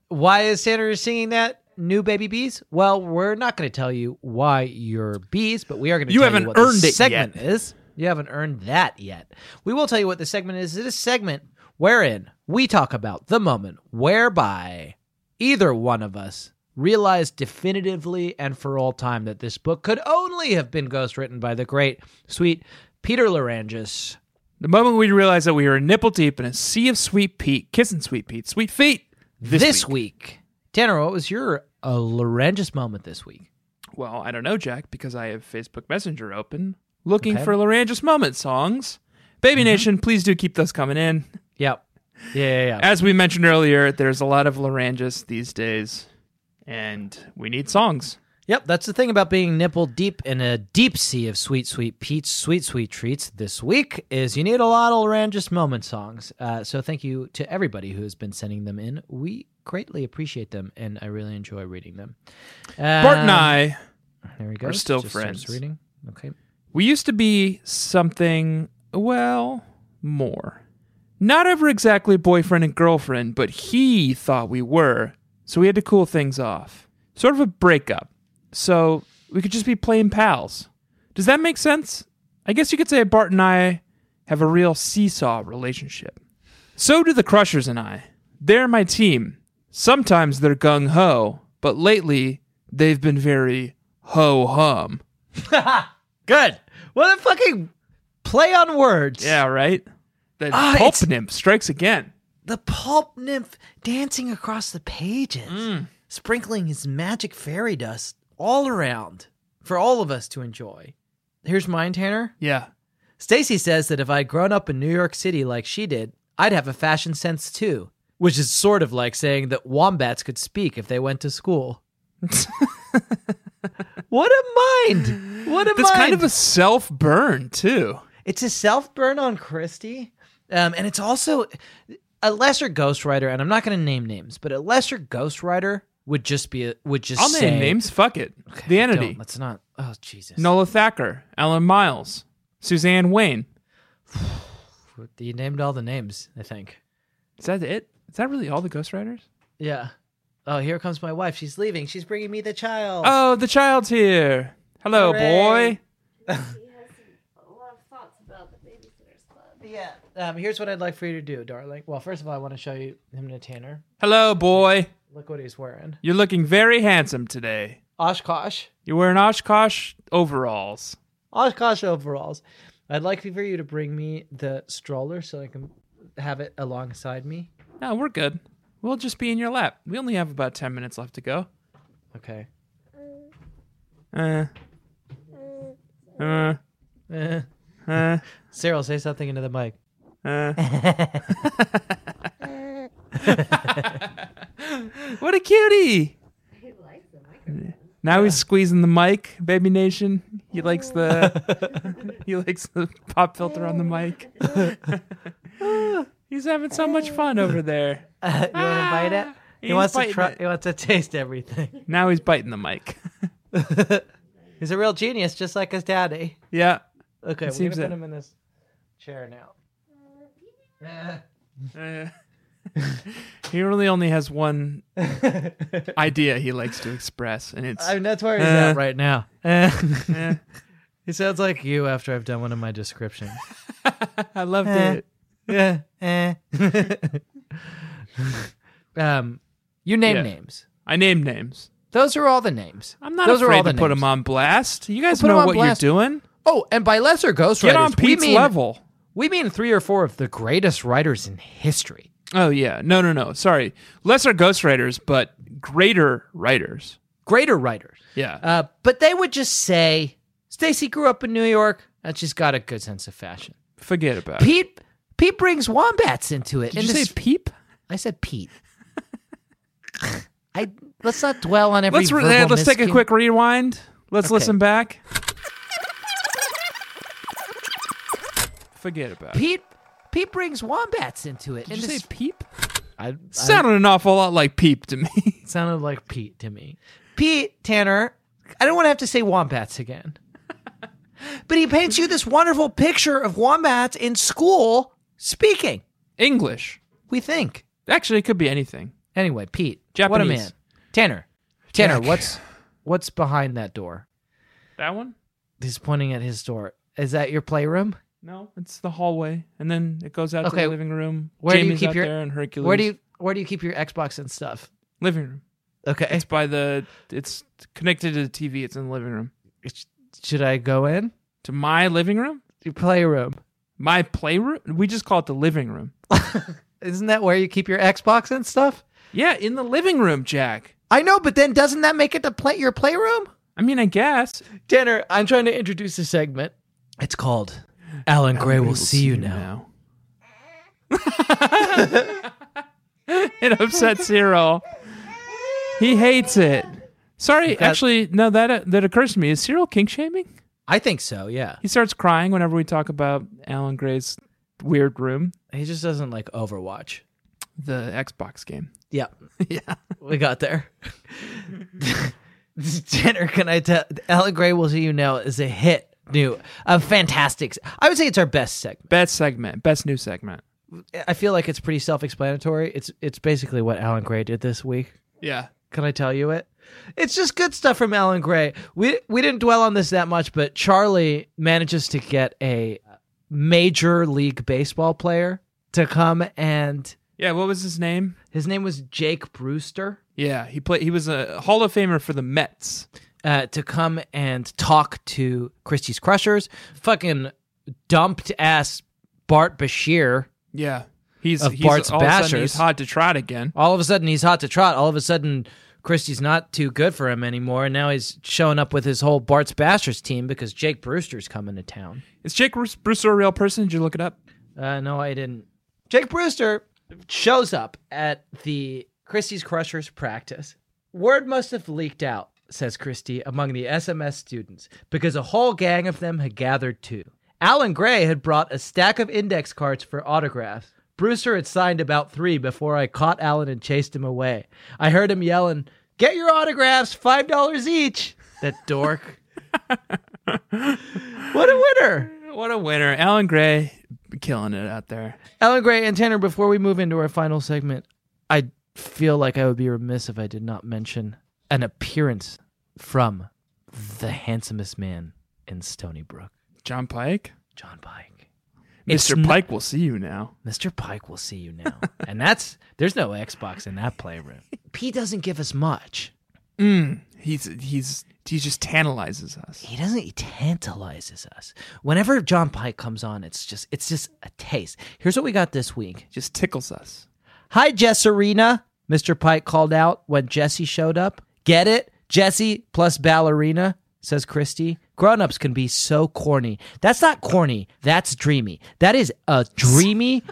[SPEAKER 1] Why is Tanner singing that? New baby bees? Well, we're not going to tell you why you're bees, but we are going to
[SPEAKER 3] You
[SPEAKER 1] tell
[SPEAKER 3] haven't
[SPEAKER 1] you what the
[SPEAKER 3] earned it yet.
[SPEAKER 1] segment is. You haven't earned that yet. We will tell you what the segment is. It is a segment wherein we talk about the moment whereby either one of us realized definitively and for all time that this book could only have been ghostwritten by the great, sweet Peter Larangis.
[SPEAKER 3] The moment we realized that we were nipple deep in a sea of sweet Pete, kissing sweet Pete, sweet feet.
[SPEAKER 1] This, week. Tanner, what was your uh, Larangis moment this week?
[SPEAKER 3] Well, I don't know, Jack, because I have Facebook Messenger open looking
[SPEAKER 1] Okay. Mm-hmm.
[SPEAKER 3] for Larangis Moment songs. Baby Nation, please do keep those coming in.
[SPEAKER 1] Yep. Yeah, yeah, yeah.
[SPEAKER 3] As we mentioned earlier, there's a lot of Larangis these days, and we need songs.
[SPEAKER 1] Yep, that's the thing about being nipple deep in a deep sea of sweet, sweet Pete's sweet, sweet treats this week is you need a lot of Larangis moment songs. Uh, so thank you to everybody who has been sending them in. We greatly appreciate them, and I really enjoy reading them.
[SPEAKER 3] Bart
[SPEAKER 1] Um,
[SPEAKER 3] and I,
[SPEAKER 1] there we go.
[SPEAKER 3] are still
[SPEAKER 1] Just starts
[SPEAKER 3] friends.
[SPEAKER 1] Reading. Okay.
[SPEAKER 3] we used to be something, well, more. Not ever exactly boyfriend and girlfriend, but he thought we were, so we had to cool things off. Sort of a breakup. So we could just be plain pals. Does that make sense? I guess you could say Bart and I have a real seesaw relationship. So do the Crushers and I. They're my team. Sometimes they're gung ho, but lately they've been very ho hum.
[SPEAKER 1] Good. What a fucking play on words.
[SPEAKER 3] Yeah, right. The
[SPEAKER 1] Ah,
[SPEAKER 3] pulp
[SPEAKER 1] it's-
[SPEAKER 3] nymph strikes again.
[SPEAKER 1] The pulp nymph dancing across the pages,
[SPEAKER 3] Mm.
[SPEAKER 1] sprinkling his magic fairy dust all around for all of us to enjoy. Here's mine, Tanner.
[SPEAKER 3] Yeah.
[SPEAKER 1] Stacy says that if I'd grown up in New York City like she did, I'd have a fashion sense too, which is sort of like saying that wombats could speak if they went to school. what a mind! What a
[SPEAKER 3] That's
[SPEAKER 1] mind!
[SPEAKER 3] kind of a self burn too.
[SPEAKER 1] It's a self burn on Christie. Um, and it's also a lesser ghostwriter, and I'm not going to name names, but a lesser ghostwriter would just be, a, would just
[SPEAKER 3] I'll
[SPEAKER 1] say.
[SPEAKER 3] name names. Fuck it. the
[SPEAKER 1] Don't,
[SPEAKER 3] entity.
[SPEAKER 1] Let's not. Oh, Jesus.
[SPEAKER 3] Nola Thacker, Alan Miles, Suzanne Wayne.
[SPEAKER 1] You named all the names, I think.
[SPEAKER 3] Is that it? Is that really all the ghostwriters?
[SPEAKER 1] Yeah. Oh, here comes my wife. She's leaving. She's bringing me the child.
[SPEAKER 3] Oh, the child's here. Hello,
[SPEAKER 1] Hooray.
[SPEAKER 3] boy.
[SPEAKER 7] He has some, a lot of thoughts about the Babysitters Club.
[SPEAKER 1] Yeah. Um, here's what I'd like for you to do, darling. Well, first of all, I want to show you him to Tanner.
[SPEAKER 3] Hello, boy.
[SPEAKER 1] Look what he's wearing.
[SPEAKER 3] You're looking very handsome today.
[SPEAKER 1] Oshkosh.
[SPEAKER 3] You're wearing Oshkosh overalls.
[SPEAKER 1] Oshkosh overalls. I'd like for you to bring me the stroller so I can have it alongside me.
[SPEAKER 3] No, we're good. We'll just be in your lap. We only have about 10 minutes left to go.
[SPEAKER 1] Okay.
[SPEAKER 3] Uh. Uh.
[SPEAKER 1] Eh.
[SPEAKER 3] Uh.
[SPEAKER 1] Cyril, say something into the mic.
[SPEAKER 3] Uh. what a cutie!
[SPEAKER 7] He likes the microphone.
[SPEAKER 3] Now he's squeezing the mic, baby nation. He likes the he likes the pop filter on the mic. he's having so much fun over there.
[SPEAKER 1] you want to bite it? He
[SPEAKER 3] Ah, He's
[SPEAKER 1] wants to
[SPEAKER 3] biting
[SPEAKER 1] try.
[SPEAKER 3] it.
[SPEAKER 1] He wants to taste everything.
[SPEAKER 3] Now he's biting the mic.
[SPEAKER 1] He's a real genius, just like his daddy.
[SPEAKER 3] Yeah.
[SPEAKER 1] Okay, we're
[SPEAKER 3] seems
[SPEAKER 1] gonna put
[SPEAKER 3] it.
[SPEAKER 1] him in this chair now. Eh.
[SPEAKER 3] Uh, he really only has one idea he likes to express, and it's
[SPEAKER 1] I mean, that's where he's
[SPEAKER 3] Eh.
[SPEAKER 1] at Uh, right now. Eh.
[SPEAKER 3] Eh.
[SPEAKER 1] he sounds like you after I've done one of my descriptions.
[SPEAKER 3] I loved
[SPEAKER 1] Eh.
[SPEAKER 3] it.
[SPEAKER 1] yeah. eh. um, you name
[SPEAKER 3] Yeah.
[SPEAKER 1] names.
[SPEAKER 3] I named names.
[SPEAKER 1] Those are all the names.
[SPEAKER 3] I'm not
[SPEAKER 1] Those
[SPEAKER 3] afraid
[SPEAKER 1] are all
[SPEAKER 3] to
[SPEAKER 1] the
[SPEAKER 3] put
[SPEAKER 1] names.
[SPEAKER 3] him on blast. You guys
[SPEAKER 1] We'll put him
[SPEAKER 3] know
[SPEAKER 1] on
[SPEAKER 3] what
[SPEAKER 1] blast.
[SPEAKER 3] you're doing.
[SPEAKER 1] Oh, and by lesser ghostwriters,
[SPEAKER 3] Get on Pete's
[SPEAKER 1] we mean,
[SPEAKER 3] level.
[SPEAKER 1] We mean three or four of the greatest writers in history.
[SPEAKER 3] Oh yeah, no, no, no. Sorry, lesser ghostwriters, but greater writers.
[SPEAKER 1] Greater writers.
[SPEAKER 3] Yeah,
[SPEAKER 1] Uh, but they would just say, Stacy grew up in New York, and she's got a good sense of fashion.
[SPEAKER 3] forget about it.
[SPEAKER 1] Pete Pete brings wombats into it.
[SPEAKER 3] Did
[SPEAKER 1] and
[SPEAKER 3] you
[SPEAKER 1] this-
[SPEAKER 3] say peep?
[SPEAKER 1] I said Pete. I let's not dwell on every.
[SPEAKER 3] Let's re- uh,
[SPEAKER 1] verbal
[SPEAKER 3] let's take a
[SPEAKER 1] miscue.
[SPEAKER 3] quick rewind. Let's
[SPEAKER 1] Okay.
[SPEAKER 3] listen back. Forget about it.
[SPEAKER 1] Pete Pete brings wombats into it.
[SPEAKER 3] Did
[SPEAKER 1] and
[SPEAKER 3] you
[SPEAKER 1] this-
[SPEAKER 3] say peep?
[SPEAKER 1] I,
[SPEAKER 3] Sounded an awful lot like peep to me.
[SPEAKER 1] sounded like Pete to me. Pete Tanner, I don't want to have to say wombats again. but he paints you this wonderful picture of wombats in school speaking.
[SPEAKER 3] English.
[SPEAKER 1] We think.
[SPEAKER 3] Actually, it could be anything.
[SPEAKER 1] Anyway, Pete, what a
[SPEAKER 3] Japanese.
[SPEAKER 1] man. Tanner, Tanner,
[SPEAKER 3] Jack.
[SPEAKER 1] what's what's behind that door?
[SPEAKER 3] That one?
[SPEAKER 1] He's pointing at his door. Is that your playroom?
[SPEAKER 3] No, it's the hallway, and then it goes out to
[SPEAKER 1] Okay,
[SPEAKER 3] the living room.
[SPEAKER 1] where do you
[SPEAKER 3] Jamie's
[SPEAKER 1] keep
[SPEAKER 3] out
[SPEAKER 1] your-
[SPEAKER 3] there and Hercules.
[SPEAKER 1] Where do you where do you keep your Xbox and stuff?
[SPEAKER 3] living room?
[SPEAKER 1] Okay.
[SPEAKER 3] It's by the. It's connected to the TV. It's in the living room.
[SPEAKER 1] Should I go in?
[SPEAKER 3] To my living room,
[SPEAKER 1] Your playroom.
[SPEAKER 3] my playroom. We just call it the living room.
[SPEAKER 1] Isn't that where you keep your Xbox and stuff?
[SPEAKER 3] Yeah, in the living room, Jack.
[SPEAKER 1] I know, but then doesn't that make it the play your playroom?
[SPEAKER 3] I mean, I guess.
[SPEAKER 1] Tanner, I'm trying to introduce a segment. It's called Alan Gray will see you now.
[SPEAKER 3] it upsets Cyril. He hates it. Sorry,
[SPEAKER 1] That-
[SPEAKER 3] actually, no. That uh, that occurs to me. Is Cyril kink shaming?
[SPEAKER 1] I think so. Yeah,
[SPEAKER 3] He starts crying whenever we talk about Alan Gray's weird room,
[SPEAKER 1] he just doesn't like Overwatch.
[SPEAKER 3] the Xbox game.
[SPEAKER 1] Yeah, yeah, we got there. Tanner, can I tell? Alan Gray will see you now is a hit. New, a fantastic. I would say it's our best segment.
[SPEAKER 3] Best segment, best new segment.
[SPEAKER 1] I feel like it's pretty self-explanatory. It's it's basically what Alan Gray did this week.
[SPEAKER 3] Yeah,
[SPEAKER 1] Can I tell you it? It's just good stuff from Alan Gray. We we didn't dwell on this that much, but Charlie manages to get a major league baseball player to come and
[SPEAKER 3] yeah. What was his name?
[SPEAKER 1] his name was Jake Brewster
[SPEAKER 3] Yeah, he played. He was a Hall of Famer for the Mets.
[SPEAKER 1] uh, to come and talk to Christie's Crushers, fucking dumped ass Bart Bashir.
[SPEAKER 3] Yeah, he's
[SPEAKER 1] Of
[SPEAKER 3] he's
[SPEAKER 1] Bart's
[SPEAKER 3] all of a sudden,
[SPEAKER 1] Bashers.
[SPEAKER 3] he's hot to trot again.
[SPEAKER 1] All of a sudden he's hot to trot. All of a sudden Christie's not too good for him anymore, and now he's showing up with his whole Bart's Bashers team because Jake Brewster's coming to town.
[SPEAKER 3] Is Jake Bruce- Brewster a real person? Did you look it up?
[SPEAKER 1] Uh, no, I didn't. Jake Brewster shows up at the Christie's Crushers practice. Word must have leaked out, says Christie, among the SMS students, because a whole gang of them had gathered too. Alan Gray had brought a stack of index cards for autographs. Brewster had signed about three before I caught Alan and chased him away. I heard him yelling, Get your autographs, $5 each. That dork. what a winner.
[SPEAKER 3] What a winner, Alan Gray, killing it out there.
[SPEAKER 1] Alan Gray and Tanner, before we move into our final segment, I feel like I would be remiss if I did not mention an appearance from the handsomest man in Stony Brook,
[SPEAKER 3] John Pike,
[SPEAKER 1] John Pike. It's
[SPEAKER 3] Mr.
[SPEAKER 1] n-
[SPEAKER 3] Pike will see you now.
[SPEAKER 1] Mr. Pike will see you now. and that's, there's no Xbox in that playroom. P doesn't give us much.
[SPEAKER 3] He's he's he just tantalizes us.
[SPEAKER 1] he doesn't he tantalizes us whenever john pike comes on it's just it's just a taste here's what we got this week
[SPEAKER 3] Just tickles us.
[SPEAKER 1] Hi, Jess Arena, Mr. Pike called out when Jesse showed up. Get it? Jesse plus ballerina, says Christy. Grown ups can be so corny. That's not corny. That's dreamy. That is a dreamy.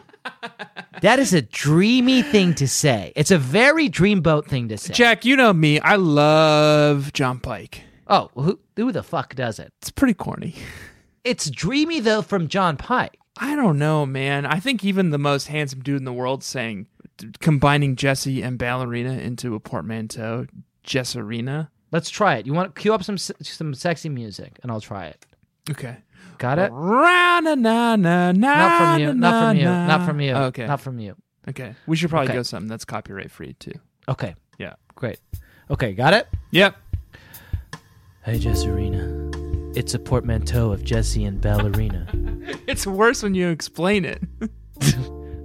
[SPEAKER 1] that is a dreamy thing to say. It's a very dreamboat thing to say.
[SPEAKER 3] Jack, you know me. I love John Pike.
[SPEAKER 1] oh, who, who the fuck does it?
[SPEAKER 3] It's pretty corny.
[SPEAKER 1] It's dreamy, though, from John Pike.
[SPEAKER 3] I don't know, man. I think even the most handsome dude in the world saying combining Jesse and ballerina into a portmanteau, Jessarina.
[SPEAKER 1] Let's try it. You want to cue up some se- some sexy music, and I'll try it.
[SPEAKER 3] Okay.
[SPEAKER 1] Got it?
[SPEAKER 3] Not
[SPEAKER 1] Not
[SPEAKER 3] from
[SPEAKER 1] from you. Not from you. Not from you.
[SPEAKER 3] Okay.
[SPEAKER 1] Not from you.
[SPEAKER 3] okay. We should probably
[SPEAKER 1] Okay.
[SPEAKER 3] go something that's copyright free too.
[SPEAKER 1] Okay.
[SPEAKER 3] Yeah.
[SPEAKER 1] Great. Okay, got it?
[SPEAKER 3] Yep.
[SPEAKER 1] Hey, Jessarina. It's a portmanteau of Jesse and ballerina.
[SPEAKER 3] It's worse when you explain it.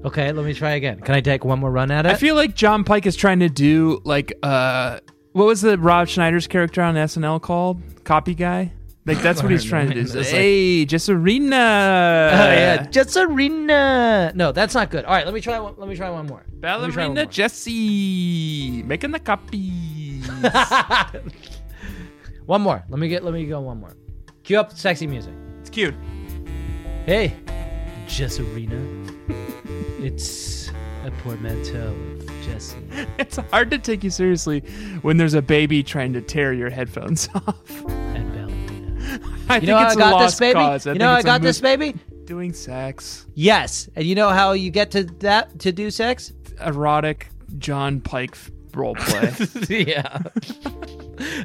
[SPEAKER 1] okay, let me try again. Can I take one more run at it?
[SPEAKER 3] I feel like John Pike is trying to do like uh what was the Rob Schneider's character on SNL called? Copy guy? Like that's what he's trying to do. He's like, hey, Jessarina.
[SPEAKER 1] Oh,
[SPEAKER 3] uh,
[SPEAKER 1] yeah, Jessarina. No, that's not good. All right, let me try one. Let me try one more. Let me try one
[SPEAKER 3] Ballerina
[SPEAKER 1] more.
[SPEAKER 3] Jessie making the copies.
[SPEAKER 1] One more. Let me get. Let me go one more. Cue up sexy music.
[SPEAKER 3] it's cute.
[SPEAKER 1] Hey, Jessarina. it's a portmanteau of Jesse.
[SPEAKER 3] It's hard to take you seriously when there's a baby trying to tear your headphones off.
[SPEAKER 1] and ballerina.
[SPEAKER 3] I
[SPEAKER 1] You
[SPEAKER 3] think
[SPEAKER 1] know how I
[SPEAKER 3] it's a
[SPEAKER 1] got
[SPEAKER 3] lost
[SPEAKER 1] this baby?
[SPEAKER 3] cause. I
[SPEAKER 1] you
[SPEAKER 3] think
[SPEAKER 1] know how I
[SPEAKER 3] it's a
[SPEAKER 1] got this
[SPEAKER 3] move-
[SPEAKER 1] baby?
[SPEAKER 3] doing sex.
[SPEAKER 1] Yes. And you know how you get to that to do sex?
[SPEAKER 3] Erotic John Pike f- role play.
[SPEAKER 1] yeah.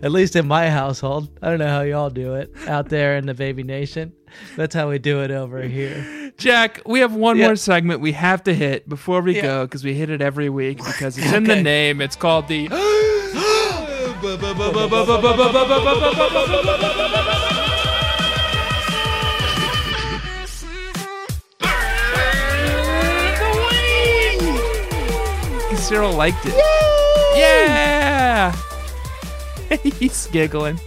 [SPEAKER 1] At least in my household. I don't know how y'all do it out there in the baby nation. That's how we do it over here.
[SPEAKER 3] Jack, we have one
[SPEAKER 1] Yeah.
[SPEAKER 3] more segment we have to hit before we
[SPEAKER 1] Yeah.
[SPEAKER 3] go because we hit it every week because it's in the name. It's called the. Cyril liked it. Yeah! He's giggling.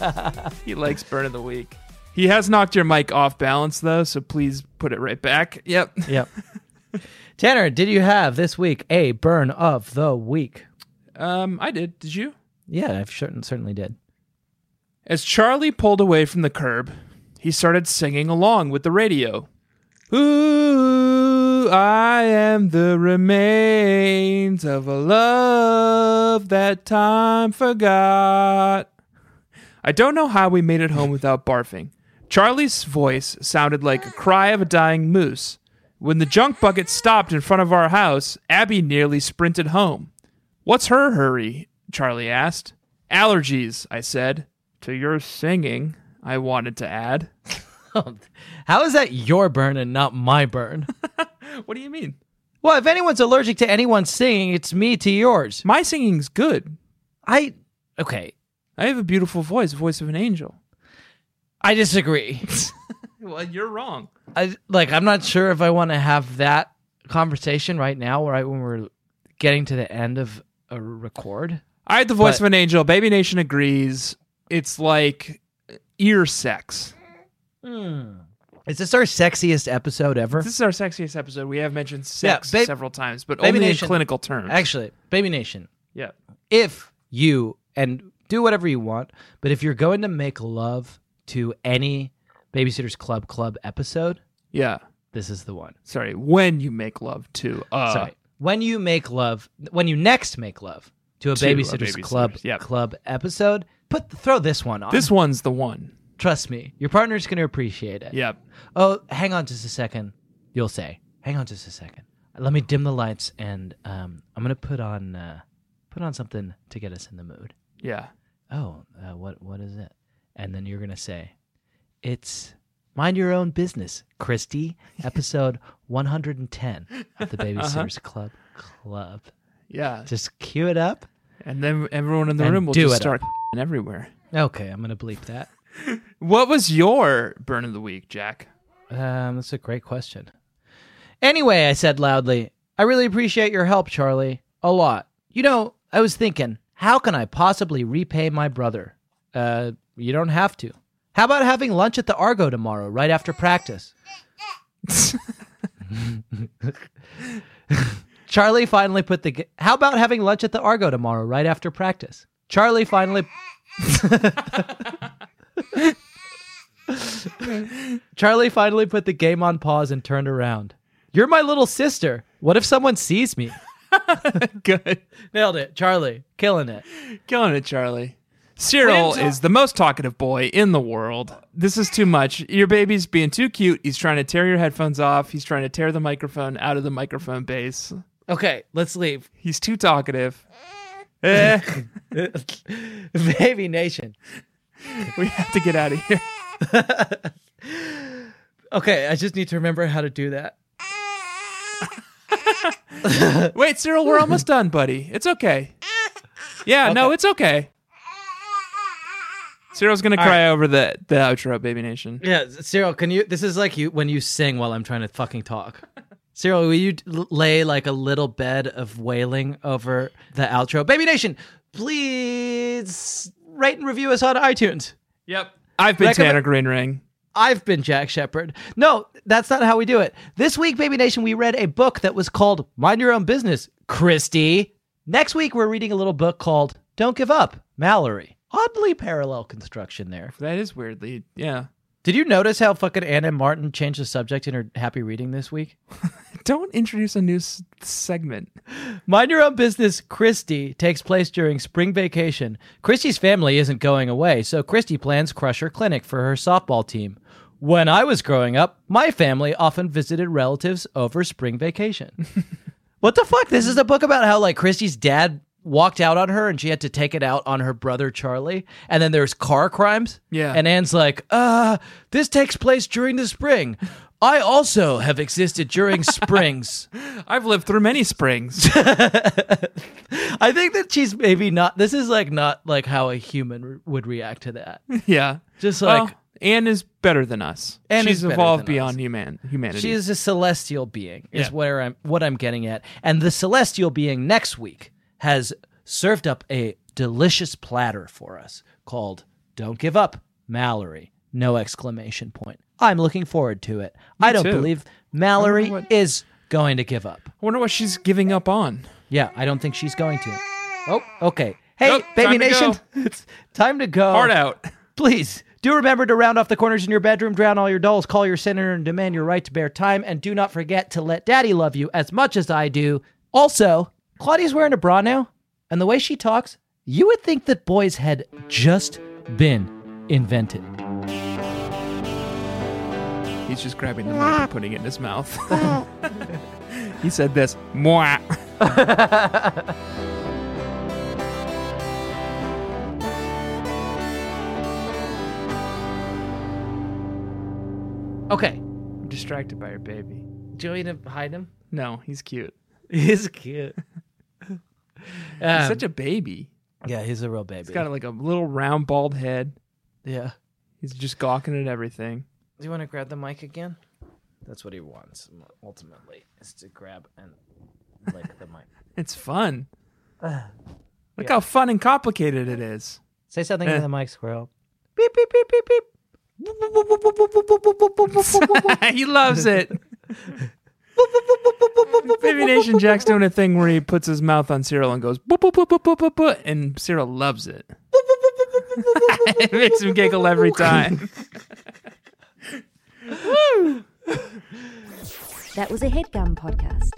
[SPEAKER 3] he likes Burn of the Week. He has knocked your mic off balance though, so please put it right back. Yep.
[SPEAKER 1] Yep. Tanner, did you have this week a burn of the week?
[SPEAKER 3] Um, I did. Did you?
[SPEAKER 1] Yeah, I certain, certainly did.
[SPEAKER 3] As Charlie pulled away from the curb, he started singing along with the radio. Ooh, you, I am the remains of a love that time forgot. I don't know how we made it home without barfing. Charlie's voice sounded like a cry of a dying moose. When the junk bucket stopped in front of our house, Abby nearly sprinted home. What's her hurry? Charlie asked. Allergies, I said. To your singing, I wanted to add.
[SPEAKER 1] Um, How is that your burn and not my burn?
[SPEAKER 3] What do you mean?
[SPEAKER 1] well, if anyone's allergic to anyone's singing, it's me to yours.
[SPEAKER 3] My singing's good.
[SPEAKER 1] I okay.
[SPEAKER 3] I have a beautiful voice, voice of an angel.
[SPEAKER 1] I disagree.
[SPEAKER 3] Well, you're wrong.
[SPEAKER 1] I like. I'm not sure if I want to have that conversation right now. Right when we're getting to the end of a record.
[SPEAKER 3] I had the voice
[SPEAKER 1] But-
[SPEAKER 3] of an angel. Baby Nation agrees. It's like ear sex.
[SPEAKER 1] Is this our sexiest episode ever?
[SPEAKER 3] This is our sexiest episode. We have mentioned sex
[SPEAKER 1] Yeah, ba-
[SPEAKER 3] several times, but
[SPEAKER 1] Baby
[SPEAKER 3] only
[SPEAKER 1] Nation-
[SPEAKER 3] in clinical terms.
[SPEAKER 1] Actually, Baby Nation,
[SPEAKER 3] yeah.
[SPEAKER 1] if you and do whatever you want, but if you're going to make love to any Babysitters Club Club episode,
[SPEAKER 3] Yeah.
[SPEAKER 1] this is the one.
[SPEAKER 3] Sorry. When you make love to uh
[SPEAKER 1] Sorry. When you make love, when you next make love to a
[SPEAKER 3] To a
[SPEAKER 1] Babysitters
[SPEAKER 3] Babysitters,
[SPEAKER 1] Club
[SPEAKER 3] yep.
[SPEAKER 1] Club episode, put throw this one on.
[SPEAKER 3] this one's the one.
[SPEAKER 1] trust me, your partner's going to appreciate it.
[SPEAKER 3] Yep.
[SPEAKER 1] Oh, hang on just a second. You'll say, hang on just a second. Let me dim the lights, and um, I'm gonna put on uh, put on something to get us in the mood.
[SPEAKER 3] Yeah.
[SPEAKER 1] Oh, uh, what what is it? And then you're gonna say, it's mind your own business, Christy, episode 110 of the Babysitters Club Club.
[SPEAKER 3] Yeah.
[SPEAKER 1] Just cue it up.
[SPEAKER 3] And then everyone in the
[SPEAKER 1] And
[SPEAKER 3] room will
[SPEAKER 1] do
[SPEAKER 3] just
[SPEAKER 1] it up.
[SPEAKER 3] start everywhere.
[SPEAKER 1] Okay, I'm gonna bleep that.
[SPEAKER 3] What was your burn of the week, Jack?
[SPEAKER 1] Um, that's a great question. Anyway, I said loudly, I really appreciate your help, Charlie. A lot. You know, I was thinking, how can I possibly repay my brother? Uh, you don't have to. How about having lunch at the Argo tomorrow, right after practice? Charlie finally put the. g- How about having lunch at the Argo tomorrow, right after practice? Charlie finally. Charlie finally put the game on pause and turned around. You're my little sister. What if someone sees me?
[SPEAKER 3] Good.
[SPEAKER 1] Nailed it. Charlie, killing it.
[SPEAKER 3] Killing it, Charlie. Cyril is the most talkative boy in the world. This is too much. Your baby's being too cute. He's trying to tear your headphones off. He's trying to tear the microphone out of the microphone base.
[SPEAKER 1] Okay, let's leave.
[SPEAKER 3] He's too talkative. Eh,
[SPEAKER 1] Baby Nation.
[SPEAKER 3] we have to get out of here.
[SPEAKER 1] Okay, I just need to remember how to do that.
[SPEAKER 3] Wait, Cyril, we're almost done, buddy. It's okay. Yeah, no, it's okay. Cyril's gonna cry over the the outro, baby nation.
[SPEAKER 1] Yeah, Cyril, can you? This is like you when you sing while I'm trying to fucking talk. Cyril, will you d- l- lay like a little bed of wailing over the outro? Baby Nation, please rate and review us on iTunes.
[SPEAKER 3] Yep. I've been
[SPEAKER 1] Recommend-
[SPEAKER 3] Tanner Green Ring.
[SPEAKER 1] I've been Jack Shepard. No, that's not how we do it. This week, Baby Nation, we read a book that was called Mind Your Own Business, Christy. Next week, we're reading a little book called Don't Give Up, Mallory. Oddly parallel construction there.
[SPEAKER 3] That is weirdly, yeah.
[SPEAKER 1] Did you notice how fucking Anna Martin changed the subject in her happy reading this week?
[SPEAKER 3] Don't introduce a new s- segment.
[SPEAKER 1] Mind Your Own Business, Christy takes place during spring vacation. Christy's family isn't going away, so Christy plans Crusher Clinic for her softball team. When I was growing up, my family often visited relatives over spring vacation. what the fuck? This is a book about how, like, Christy's dad walked out on her and she had to take it out on her brother Charlie. And then there's car crimes.
[SPEAKER 3] Yeah.
[SPEAKER 1] And Anne's like, uh, this takes place during the spring. I also have existed during springs.
[SPEAKER 3] I've lived through many springs.
[SPEAKER 1] I think that she's maybe not. This is like not like how a human r- would react to that.
[SPEAKER 3] yeah.
[SPEAKER 1] Just
[SPEAKER 3] Well,
[SPEAKER 1] like-
[SPEAKER 3] Anne is better than us.
[SPEAKER 1] Anne
[SPEAKER 3] She's
[SPEAKER 1] is better
[SPEAKER 3] evolved
[SPEAKER 1] than us.
[SPEAKER 3] beyond human humanity.
[SPEAKER 1] She is a celestial being, is
[SPEAKER 3] Yeah.
[SPEAKER 1] where I'm what I'm getting at. And the celestial being next week has served up a delicious platter for us called "Don't Give Up, Mallory!" No exclamation point. I'm looking forward to it. I don't
[SPEAKER 3] too.
[SPEAKER 1] believe Mallory
[SPEAKER 3] what-
[SPEAKER 1] is going to give up.
[SPEAKER 3] I wonder what she's giving up on.
[SPEAKER 1] Yeah, I don't think she's going to. Oh, okay. Hey,
[SPEAKER 3] Nope,
[SPEAKER 1] baby
[SPEAKER 3] time to
[SPEAKER 1] nation,
[SPEAKER 3] go. Oh.
[SPEAKER 1] it's time to go.
[SPEAKER 3] Heart out.
[SPEAKER 1] please Do remember to round off the corners in your bedroom, drown all your dolls, call your senator, and demand your right to bear time. And do not forget to let daddy love you as much as I do. Also, Claudia's wearing a bra now, and the way she talks, you would think that boys had just been invented.
[SPEAKER 3] He's just grabbing the mic and putting it in his mouth. he said this. Mwah.
[SPEAKER 1] Okay.
[SPEAKER 3] I'm distracted by your baby.
[SPEAKER 1] Do you want me to hide him?
[SPEAKER 3] No, he's cute.
[SPEAKER 1] He's cute. Um,
[SPEAKER 3] He's such a baby.
[SPEAKER 1] yeah, he's a real baby.
[SPEAKER 3] He's got like a little round bald head.
[SPEAKER 1] yeah.
[SPEAKER 3] He's just gawking at everything.
[SPEAKER 1] Do you want to grab the mic again? That's what he wants ultimately is to grab and lick the mic.
[SPEAKER 3] It's fun. Look how fun and complicated it is.
[SPEAKER 1] Say something
[SPEAKER 3] Eh.
[SPEAKER 1] to the mic, squirrel. Beep beep beep beep beep. Whoop, whoop, whoop, whoop, whoop, whoop, whoop, whoop, whoop, whoop, whoop, whoop.
[SPEAKER 3] he loves it. Baby Nation Jack's doing a thing where he puts his mouth on Cyril and goes boop boop boop boop boop boop, boop and Cyril loves it. it makes him giggle every time.
[SPEAKER 8] That was a headgum podcast.